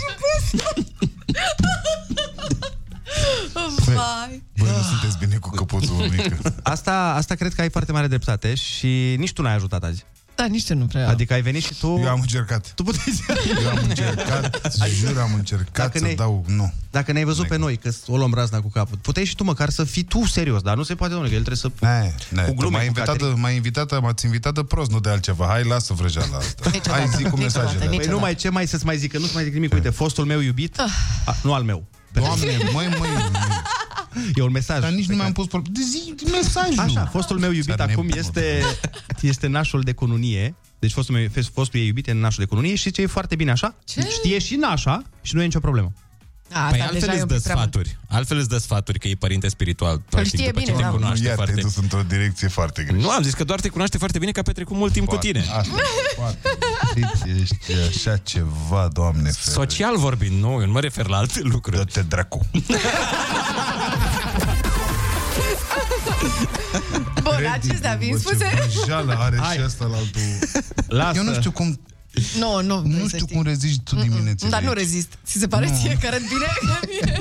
I: Vai.
K: Băi, nu sunteți bine cu căpotul mică.
C: Asta, asta cred că ai foarte mare dreptate și nici tu n-ai ajutat azi.
I: Da, nici eu nu prea.
C: Adică ai venit și tu...
K: Eu am încercat.
C: Tu puteai
K: Eu am încercat, jur, am încercat
C: Dacă
K: să
C: ne-
K: dau... Nu.
C: Dacă ne-ai văzut pe noi că o luăm razna cu capul, puteai și tu măcar să fii tu serios, dar nu se poate, domnule, că el trebuie să...
K: Ne, ne,
C: Cu
K: tu
C: glume,
K: m-ai
C: cu
K: invitat,
C: catering.
K: m-ai invitat, m-ați invitat de prost, nu de altceva. Hai, lasă vrăjeala asta.
I: Niciodată,
K: Hai, zi cu
I: niciodată,
K: mesajele.
C: Păi nu mai ce mai să-ți mai zică, nu-ți mai zic
K: Da.
C: nimic. Uite, fostul meu iubit, a, nu al meu.
K: Doamne, măi, măi,
C: E un mesaj.
K: Da. dar nici nu mi-am pus probleme. Zi mesajul.
C: Așa, fostul meu iubit
K: Țar
C: acum
K: nebun,
C: este, este nașul de cununie. Deci fostul, meu, fostul ei iubit e nașul de cununie și ce e foarte bine așa.
I: Ce?
C: Știe și nașa și nu e nicio problemă.
I: A,
D: Păi
I: asta
D: altfel
I: deja e
D: îți
I: un
D: dă
I: pic prea mult.
D: sfaturi. Altfel îți dă sfaturi că e părinte spiritual. practic,
I: știe
D: după
I: bine,
D: ce te
I: da.
D: cunoaște
K: Iar te-ai
D: foarte
K: dus într-o direcție foarte greșită.
D: Nu, am zis că doar te cunoaște foarte bine că a petrecut mult timp cu
K: Foarte,
D: tine.
K: Asta, foarte greșit. Ești așa ceva, doamne ferește.
D: Social vorbind, nu, eu nu mă refer la alte lucruri.
K: Dă-te dracu.
I: Bun, acestea vin spuse.
K: Jala are Păi și
C: Hai.
K: asta la altul.
C: Lasă.
K: Eu nu știu cum,
I: Nu, nu, vrei
K: nu
I: să
K: știu
I: știi.
K: cum reziști tu dimineața.
I: Dar nu rezist. Ți se pare ție care bine? Da.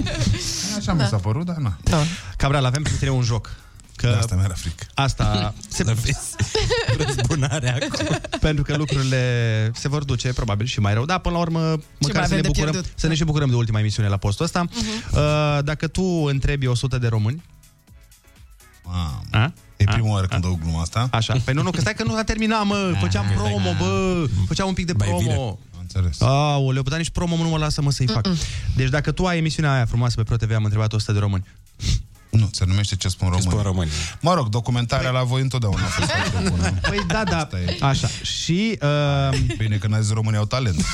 K: Așa mi s-a părut, dar na.
I: Nu.
C: Cabral, avem pentru tine un joc. Că
K: De Da, asta mi-era frică.
C: asta se,
D: Vezi? Răzbunarea acum.
C: pentru că lucrurile se vor duce probabil și mai rău, dar până la urmă măcar
I: mai
C: să ne,
I: avem de
C: bucurăm,
I: pierdut. Mhm.
C: să ne și bucurăm de ultima emisiune la postul ăsta. Uh-huh. Uh, dacă tu întrebi 100 de români,
K: Mamă.
C: a?
K: E prima oară când dau gluma asta.
C: așa, păi nu, nu, că stai că nu a terminat, mă, făceam promo, bă, făceam un pic de
D: Mai
C: promo.
D: vine.
K: Am înțeles.
C: Aoleu, păi, dar nici promo nu mă lasă, mă, să-i fac. Deci dacă tu ai emisiunea aia frumoasă pe ProTV, am întrebat 100 de români.
K: Nu, se numește Ce spun românii.
D: Spun români.
K: Mă rog, documentarea la voi întotdeauna a fost foarte bună.
C: Păi da, da,
K: Asta e.
C: așa. Și uh,
K: Bine că n-a zis românii au talent.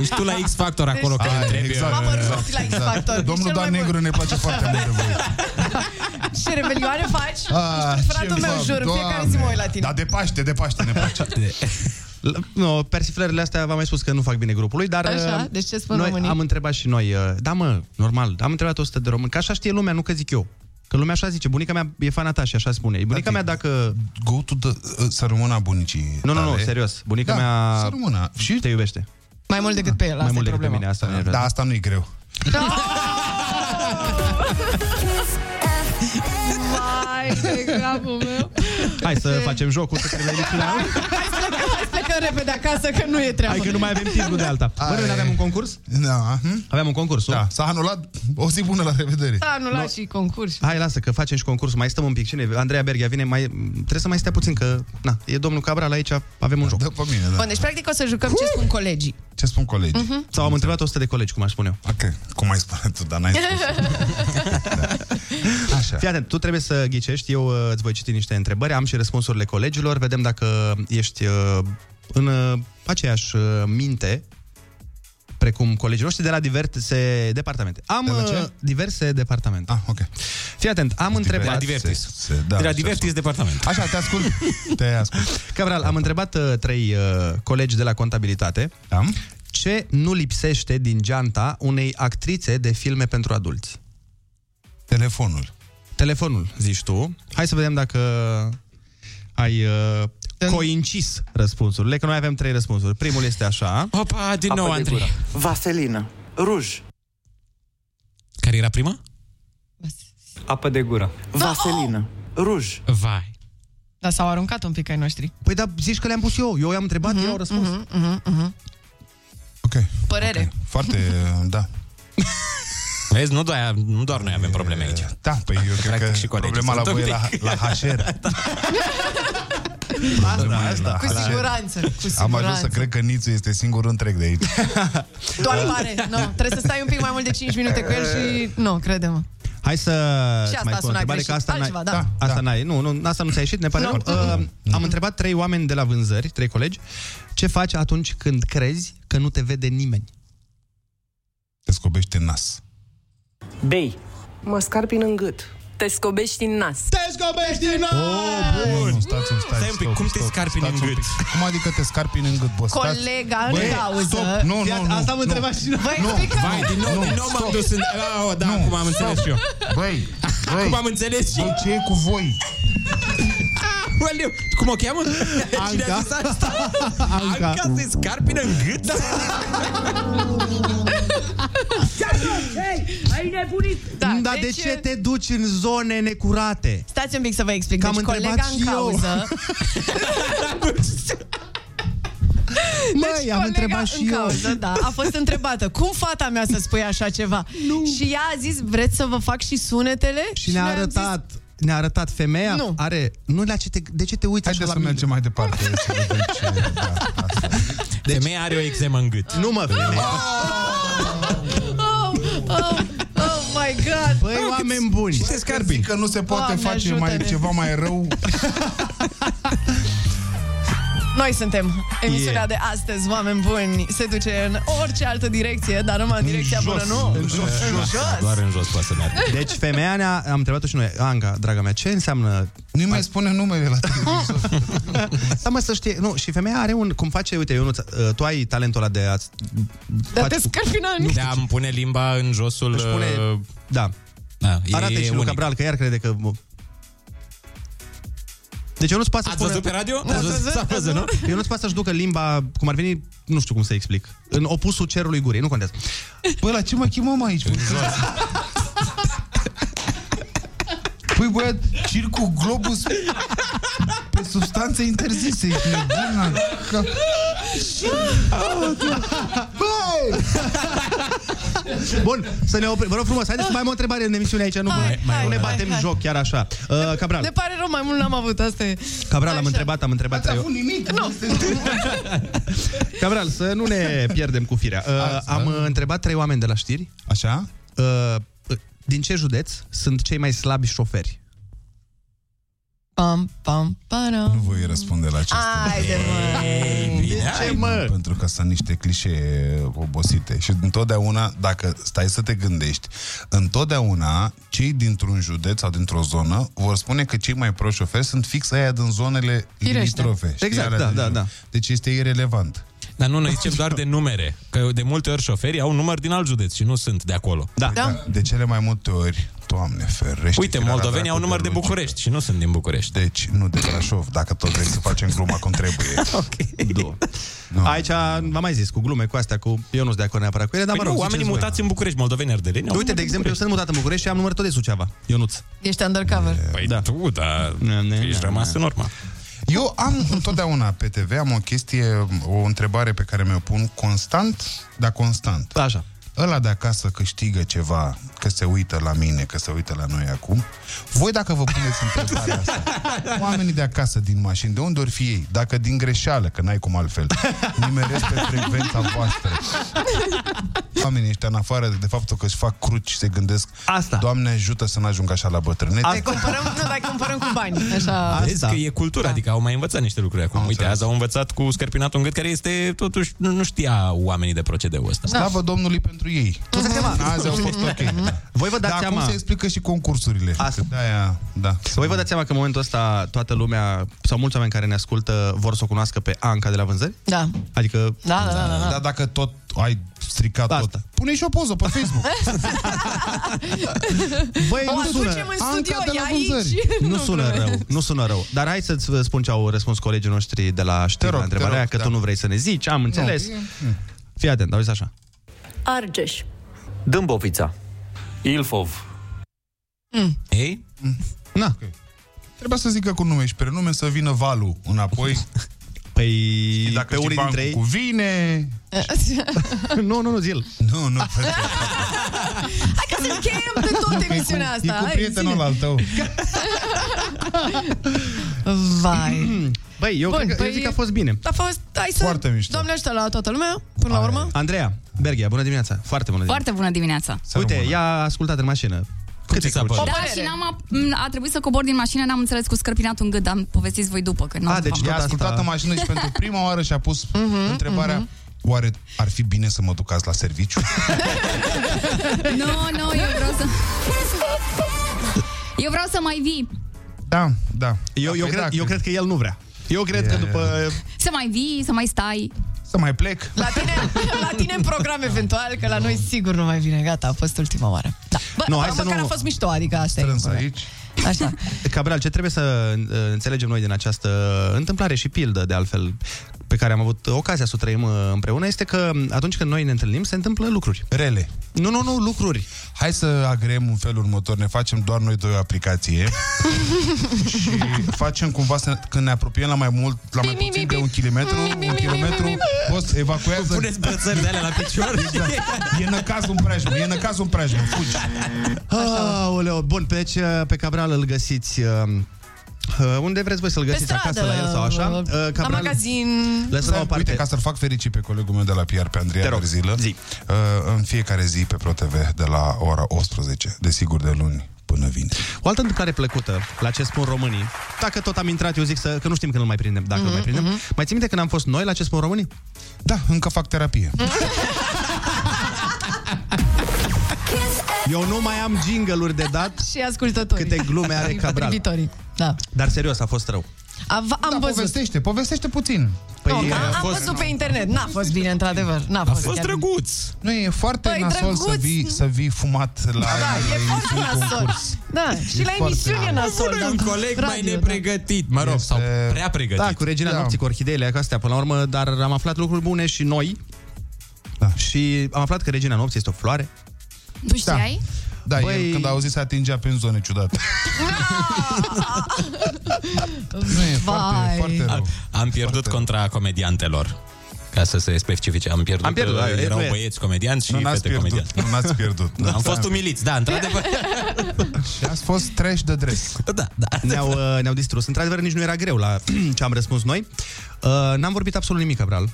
D: Ești tu la X-Factor acolo care
K: Ai,
D: întrebi.
K: exact,
I: Mamă, rost la X-Factor.
K: Domnul
I: Cel mai
K: Dan
I: bun.
K: Negru ne place foarte mult de voi.
I: Ce rebelioane faci?
K: Ah,
I: Fratul
K: ce
I: meu,
K: fac,
I: jur, în fiecare
K: Doamne.
I: zi mă uit la tine.
K: Dar de Paște, de Paște ne place.
C: L- Nu, persiflările astea v-am mai spus că nu fac bine grupului, dar
I: Așa,
C: uh,
I: deci ce spun
C: noi
I: românii?
C: am întrebat și noi, uh, da mă, normal, am întrebat 100 de români, că așa știe lumea, nu că zic eu. Că lumea așa zice, bunica mea e fana ta și așa spune.
K: Da,
C: Bunica mea dacă...
K: Go to the... uh, Să rămână a bunicii
C: Nu, nu, nu,
K: tale.
C: serios. Bunica
K: Da,
C: mea
K: să rămână. Și
C: te iubește.
I: Mai mult decât pe el,
C: mai
I: asta e
C: mult decât pe
I: problema.
C: mine, asta
K: Da,
C: da.
K: asta nu e greu.
I: Vai de capul meu.
C: Hai să facem jocul, să cred la emisiunea.
I: Hai să plecăm, hai să plecăm dă repede acasă că nu e treabă.
C: Hai că nu mai avem timp nu de alta. Bă, noi aveam un concurs?
K: Da.
C: Aveam un concurs,
K: Da, s-a anulat. O zi bună, la revedere.
I: Da, nu lași și concurs.
C: Hai, lasă, că facem și concurs. Mai stăm un pic. Cine? Andreea Berghia vine. Mai... Trebuie să mai stea puțin, că na, e domnul Cabral aici. Avem un joc. Da,
K: pe mine,
I: Bun, deci practic o să jucăm ce spun colegii.
K: Ce spun colegi?
I: Mhm.
C: Sau am întrebat 100 de colegi, cum aș spune eu.
K: Ok, cum ai spune tu, dar n-ai Da. Așa.
C: Fii atent, tu trebuie să ghicești, eu uh, îți voi citi niște întrebări, am și răspunsurile colegilor, vedem dacă ești uh, în uh, aceeași uh, minte precum colegii noștri de la diverse departamente. Am
K: De la
C: uh,
K: ce?
C: diverse departamente.
K: Ah, ok.
C: Fii atent, am întrebat...
K: Se- se- Da, așa spun.
C: departament.
K: Așa, te ascult. Te ascult.
C: Cabral,
K: Da.
C: am întrebat uh, trei uh, colegi de la contabilitate
K: Da?
C: ce nu lipsește din geanta unei actrițe de filme pentru adulți.
K: Telefonul.
C: Telefonul, zici tu. Hai să vedem dacă ai uh, coincis răspunsurile, că noi avem trei răspunsuri. Primul este așa.
D: Opa, din nou, Andrei.
N: Vaselină, ruj,
D: Care era prima?
N: apă de gură. Vaselină, ruj.
D: Vai.
I: Dar s-au aruncat un pic ai noștri.
C: Păi da, zici că le-am pus eu. Eu i-am întrebat, ei au răspuns.
K: Mm, mm-hmm.
I: Părere. Okay.
K: Foarte, da.
D: Vezi, nu doar, nu doar noi avem probleme aici.
K: Da, păi eu cred că
D: și colegii
K: problema la
D: sunt
K: voi
D: un
K: e la,
D: pic.
K: la HR.
C: Asta, asta.
I: Cu siguranță, cu
K: Am ajuns să
I: siguranță.
K: cred că Nițu este singurul întreg de aici.
I: Doar pare, nu, trebuie să stai un pic mai mult de 5 minute cu el și... Nu, crede-mă.
C: Hai să
I: Și
C: îți
I: asta
C: mai pun o
I: suna
C: întrebare,
I: greșit.
C: că asta
I: Altceva,
C: n-ai...
I: da.
C: Asta n-ai, nu, nu, asta nu ți-a ieșit, ne pare rău. Uh, am întrebat trei oameni de la vânzări, trei colegi, ce faci atunci când crezi că nu te vede nimeni?
K: Te scobește nas.
O: Bei. Mă scarpin în gât. Te scobești din nas.
C: Te scobești din nas!
K: Oh, bun! Nu, stați, stați,
D: Stai un pic, cum te scarpini în gât?
K: Cum adică te scarpini în gât, boss?
I: Colega, în cauză.
K: Stop, nu, nu, nu.
C: Asta am
K: nu.
C: întrebat și noi.
I: Vă
K: Nu,
I: explic
D: Vai, din nou,
K: Nu,
D: din nou m-am
K: stop.
D: dus în... Oh, da, acum am înțeles și eu.
K: Băi, băi.
D: Acum am înțeles și eu.
K: Băi, ce e cu voi?
D: Oleu, Cum o cheamă? Cine a zis asta?
C: Anca.
D: Anca se scarpină în gât?
A: Da.
O: Ai nebunit!
I: Da,
C: Mm, Dar de
I: deci,
C: ce te duci în zone necurate?
I: Stați un pic să vă explic.
C: Că am
I: Deci,
C: întrebat
I: colega în
C: și eu.
I: cauză...
C: Măi,
I: Deci
C: am
I: colega
C: întrebat și
I: în
C: eu.
I: Cauză, da, a fost întrebată. Cum fata mea să spui așa ceva? Nu. Și ea a zis, vreți să vă fac și sunetele?
C: Și ne-a
I: noi am
C: arătat, ne-a arătat femeia,
I: Nu.
C: are... Nu, la ce te, de ce te uiți
K: Haideți
C: așa
K: să
C: la mine?
K: mergem mai departe. să vedem ce- da, asta.
D: Femeia are o eczemă în gât.
C: Nu mă, femeia.
I: Ah, Zis, oh, oh, oh my God!
C: Băi, Păi, oameni buni!
D: Te scarpini.
K: Zic că nu se poate
I: Doamne,
K: face mai,
I: ajută-ne.
K: ceva mai rău.
I: Noi suntem emisiunea
C: Yeah.
I: de astăzi, oameni buni. Se duce în orice altă direcție, dar numai în direcția bună, nu? În jos, în jos.
D: Doar în jos poate să meargă.
C: Deci femeia ne-a... Am întrebat-o și noi. Anca, draga mea, ce înseamnă
K: Nu-i mai spune numele la televizor.
C: Da, mă, să știe. Nu, și femeia are un... Cum face, uite, Ionuț, uh, tu ai talentul ăla de a...
I: Dar te scărpină în
D: Da, îmi pune limba în josul...
C: Își pune...
D: uh,
C: Da.
D: Da,
C: Arată și lui
D: unic.
C: Cabral, că iar crede că... Deci eu nu-ți poate să
D: Ați văzut pe
C: spună...
D: radio? Ați văzut? S-a văzut, nu?
C: Eu nu-ți poate să-și ducă limba, cum ar veni, nu știu cum să explic, în opusul cerului gurii, nu contează.
K: Bă, Păi, la ce mă chemăm aici? Păi băiat, circul globus pe substanțe interzise. Ești nebun la cap. Băi!
C: Bun, să ne oprim. Vă rog frumos, haideți să mai am o întrebare în emisiune aici, nu,
I: Hai,
C: nu
I: hai,
C: ne
I: hai,
C: batem
I: hai.
C: joc chiar așa. Uh,
I: Ne
C: Cabral,
I: pare rău, mai mult n-am avut, asta e.
C: Cabral, am
I: Așa.
C: întrebat, am întrebat.
K: N-a
C: eu-
K: avut nimic.
C: Cabral, să nu ne pierdem cu firea. Uh, am uh, întrebat trei oameni de la știri
K: Așa?
C: Uh, din ce județ sunt cei mai slabi șoferi?
I: Pam, pam,
K: Nu
I: param.
K: voi răspunde la aceste
I: Haide, mă!
C: ce, mă?
K: Păi, Pentru că sunt niște clișee obosite și întotdeauna, dacă stai să te gândești, întotdeauna cei dintr-un județ sau dintr-o zonă vor spune că cei mai proști șoferi sunt fix aia din zonele
I: Firește.
K: limitrofe. știi,
C: Exact,
K: alea
C: da,
K: din
C: da,
K: jur.
C: da.
K: Deci este irelevant.
D: Dar nu, noi zicem doar de numere. Că de multe ori șoferii au număr din alt județ și nu sunt de acolo.
C: Da.
K: Da. De cele mai multe ori, Doamne ferește.
D: Uite,
K: firea la
D: moldovenii au
K: dracu
D: număr de
K: logică.
D: București și nu sunt din București.
K: Deci, nu de Brașov, dacă tot vrei să facem gluma cum trebuie.
D: Ok.
C: Două.
K: Nu.
C: Aici v-am mai zis, cu glume, cu astea, cu... Eu nu sunt de acord neapărat cu ele, dar
D: Păi
C: mă rog,
D: nu, oamenii
C: ziceți voi.
D: mutați în București, moldoveni ardeleni. au
C: Uite,
D: număr
C: de exemplu, eu
D: București.
C: sunt mutat în București și am numărul tot de Suceava. Ionuț.
I: Ești undercover.
D: Păi
C: Da.
D: tu, da,
C: Ne, ne,
D: ești
C: ne,
D: rămas în urmă.
K: Eu am întotdeauna pe TV, am o chestie, o întrebare pe care mi-o pun constant, dar constant.
C: Așa.
K: Ăla de acasă câștigă ceva, că se uită la mine, că se uită la noi acum. Voi dacă vă puneți întrebarea asta, oamenii de acasă din mașini, de unde ori fi ei? Dacă din greșeală, că n-ai cum altfel, nimeresc pe frecvența voastră. Oamenii ăștia, în afară de faptul că își fac cruci, se gândesc,
C: Asta.
K: Doamne ajută să n-ajung așa la bătrânețe.
I: Te cumpărăm, nu, dar cumpărăm cu bani. Așa.
D: Vezi că e
C: Da.
D: cultura, adică au mai învățat niște lucruri acum. Uite, azi au învățat cu scărpinatul în gât, care este, totuși, nu, nu știa oamenii de procedeul ăsta.
C: Da,
K: Slavă Domnului pentru ei. Azi au fost ok.
C: Voi vă dați
K: Dar
C: seama-
K: acum se explică și concursurile. Asta. De-aia, da.
C: Voi vă dați seama că în momentul ăsta toată lumea sau mulți oameni care ne ascultă vor să o cunoască pe Anca de la vânzări?
I: Da.
C: Adică...
I: Da, da, da, da, da.
K: Dar dacă tot ai stricat Asta. tot. Pune și o poză pe Facebook.
P: Păi
C: Băi,
I: o
C: nu sună.
I: aducem în studio,
K: Anca de
I: e
K: la
I: aici.
K: vânzări.
C: Nu sună rău, nu sună rău. Dar hai să-ți uh, spun ce au răspuns colegii noștri de la știri la întrebarea
K: rog,
C: aia, că
K: da.
C: tu nu vrei să ne zici, am înțeles. Fii atent, auzi așa.
Q: Argeș.
R: Dâmbovița. Ilfov.
D: Ei?
C: Na.
K: Trebuia să zică cu nume și prenume să vină valul înapoi.
C: Păi,
K: dacă
C: pe
K: știi
C: unii
K: bancul
C: dintre ei-
K: Cu vine...
C: da, nu, nu, nu, zil.
K: Nu, nu,
I: Hai că să încheiem de tot
C: Păi,
I: emisiunea
K: e
I: asta.
K: cu
I: Hai,
K: prietenul
I: zine.
K: al tău.
I: Vai.
C: Băi, eu,
I: Bun,
C: cred că,
I: păi
C: eu zic că a fost bine.
I: A fost, hai să...
C: Foarte mișto.
I: Doamne ajută la toată lumea, până la urmă.
C: Andreea, Berghia, bună dimineața. Foarte bună dimineața.
P: Foarte bună dimineața.
C: Uite, ea a ascultat în mașină. Cât ți s-a
P: Da, și n-am ap- m- a trebuit să cobor din mașină, n-am înțeles cu scărpinatul în gât, dar povestiți voi după, că nu
K: A, deci i-a ascultat în mașină și pentru prima oară și-a pus
P: Mhm,
K: întrebarea Oare ar fi bine să mă duc azi la serviciu?
P: Nu, nu, eu vreau să... Eu vreau să mai vii.
K: Da, da.
C: Eu, eu, cred, eu cred că el nu vrea. Eu cred că după...
P: Să mai vii, să mai stai.
K: Să mai plec.
P: Da.
I: La tine, la tine în program eventual, că la noi sigur nu mai vine. Gata, a fost ultima oară. Da. Bă,
C: Nu,
I: nu,
C: hai să
I: măcar
C: nu-
I: a fost mișto, adică asta e.
C: Strâns
I: important.
C: aici.
I: Așa.
C: Cabral, ce trebuie să uh, înțelegem noi din această întâmplare și pildă, de altfel, pe care am avut ocazia să o trăim uh, împreună, este că atunci când noi ne întâlnim, se întâmplă lucruri.
K: Rele.
C: Nu, nu, nu, lucruri.
K: Hai să agreem un fel următor. Ne facem doar noi doi o aplicație și facem cumva să, când ne apropiem la mai mult, la mai puțin de un kilometru, un kilometru, poți evacuează... Puneți
D: brățări de alea la picior.
K: E năcaz un preajmă, e năcaz un preajmă, fugi.
C: Aoleo, bun, pe, deci, uh, pe Cabral îl găsiți... uh, uh, Unde vreți voi să-l găsiți? acasă la el sau așa? Uh,
I: La magazin.
K: Lăsăm o parte. Uite, ca să-l fac fericit pe colegul meu de la PR, pe Andrei Berzilă, uh, în fiecare zi pe ProTV de la ora 18, desigur de luni până vineri.
C: O altă întâmplare plăcută la ce spun românii. Dacă tot am intrat, eu zic să, că nu știm când îl mai prindem, dacă mm-hmm, îl mai prindem. Mm-hmm. Mai ții minte când am fost noi la ce spun românii?
K: Da, încă fac terapie.
C: Eu nu mai am jingle-uri de dat,
I: Și ascultătorii.
C: Câte glume are
I: Și
C: Cabral.
I: privitorii. Da.
C: dar serios, a fost rău.
I: Am, am da, văzut.
K: Povestește, povestește puțin.
I: Păi,
C: Păi,
I: am,
C: a
I: am
C: fost-
I: văzut pe internet. N-a fost bine, într-adevăr. N-a
K: A
I: fost,
K: fost
I: chiar
K: drăguț. Nu, e foarte
I: Păi,
K: nasol să
I: drăguț.
K: vii, să vii fumat la
I: Da, e foarte
K: emisiuni
I: nasol.
K: concurs.
I: Da, și
K: E
I: la
K: foarte
I: emisiune
K: nasol.
I: nasol.
D: Bună,
I: dar
D: un
I: la
D: coleg mai
I: da. radio,
D: nepregătit, mă rog, sau prea pregătit.
C: Da, cu Regina da. Nopții, cu orhideile, cu astea, până la urmă, dar am aflat lucruri bune și noi.
K: Da.
C: Și am aflat că Regina Nopții este o floare.
I: Păi
P: Tu știai?
K: Da, Băi...
C: Băi-
K: el când a auzit se atingea prin zone ciudate.
I: Da.
K: nu e foarte, foarte rău.
D: Am pierdut contra comediantelor. Ca să se specifice, am pierdut,
K: Am pierdut, da,
D: uh,
K: e-
D: erau
K: nu e.
D: băieți comedianți și
K: Nu n-ați
D: fete
K: pierdut, Da.
D: comedianți.
K: nu n-ați pierdut.
D: Am fost umiliți, da, într-adevăr.
K: Și ați fost trash de dres.
D: Da,
C: Ne-au, uh, ne-au distrus. Într-adevăr, nici nu era greu la ce am răspuns noi. Uh, n-am vorbit absolut nimic, Cabral.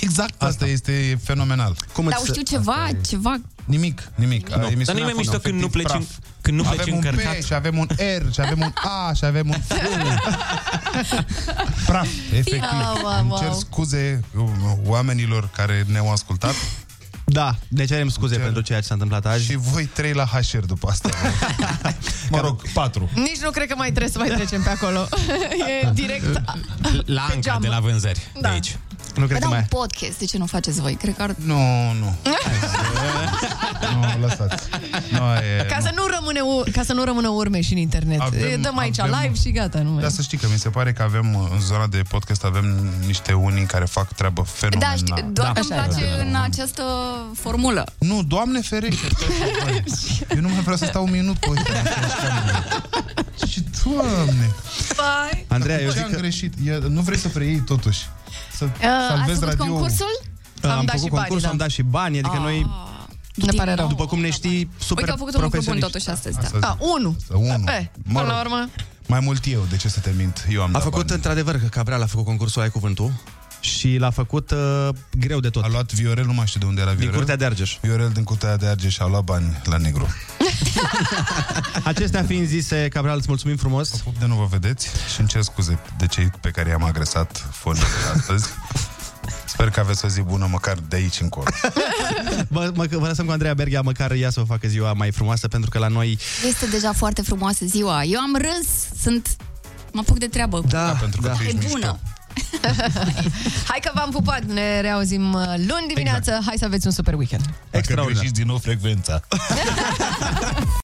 K: Exact. Asta, asta este fenomenal.
C: Cum
P: Dar știu ceva, ceva...
K: Nimic, nimic.
D: Nu. Dar nu-i mai mișto când nu pleci în- când nu pleci
K: avem un
D: încărcat.
K: P și avem un R și avem un A și avem un F. Praf, efectiv.
I: Wow, wow,
K: Îmi cer
I: wow.
K: scuze um, oamenilor care ne-au ascultat.
C: Da, ne cerem scuze pentru ceea ce s-a întâmplat azi.
K: Și voi trei la HR după asta. mă rog, patru.
I: Nici nu cred că mai trebuie să mai trecem pe acolo. e direct
D: La
I: Pe
D: Anca
I: geam.
D: de la vânzări, de aici.
C: Nu
P: Păi da, un podcast, de ce nu faceți voi? Cred că ar...
K: Nu, nu. Nu, lăsați. Nu, e,
I: Ca să nu rămâne, u- ca să nu rămână urme și în internet.
K: Avem-
I: Avem, Dăm aici
K: avem- Da,
I: live și gata. Nu mai.
K: Dar să știi că mi se pare că avem în zona de podcast avem niște unii care fac treabă fenomenală.
P: Da, știi, doar că îmi place în această formulă.
K: Nu, doamne ferește. Eu nu mai vreau să stau un minut pe uite. Și doamne.
I: Bye.
C: Andreea,
K: Acum
C: eu
K: ce
C: zic
K: am
C: că-
K: greșit? Eu, nu vrei să preiei totuși. Să
I: Uh,
K: salvezi radio.
C: Am, am făcut concursul,
P: da.
C: am dat și bani, adică
I: Ah.
C: noi...
I: Ne pare rău.
C: După cum ne știi,
P: Uite Păi
C: super
P: că au făcut un lucru bun
C: profesioniști.
P: totuși astăzi,
K: Asta
P: da.
K: zic.
I: A, unu.
K: Unu.
I: Ah, Pe,
K: Da. Mă
I: până la
K: rog.
I: urmă.
K: Mai mult eu, de ce să te mint? Eu
P: da.
K: am
C: A
K: dat
C: făcut,
K: bani.
C: într-adevăr, că Cabral a făcut concursul Ai Cuvântul și l-a făcut uh, greu de tot.
K: A luat Viorel, nu mai știu de unde era Viorel. Din Curtea
C: de Argeș.
K: Viorel din Curtea de Argeș a luat bani la negru.
C: Acestea fiind zise, Cabral, îți mulțumim frumos. Vă
K: pup de nu vă vedeți și îmi cer scuze de cei pe care i-am agresat fonul astăzi. Sper că aveți o zi bună măcar de aici încolo.
C: Vă, mă, vă lăsăm cu Andreea Berghia, măcar ea să vă facă ziua mai frumoasă, pentru că la noi...
P: Este deja foarte frumoasă ziua. Eu am râs, sunt... Mă apuc de treabă.
C: Da, pentru
K: că da.
P: E bună.
I: Hai că v-am pupat, ne reauzim uh, luni dimineață. Hai să aveți un super weekend.
K: é tá? Dacă greșiți din nou frecvența.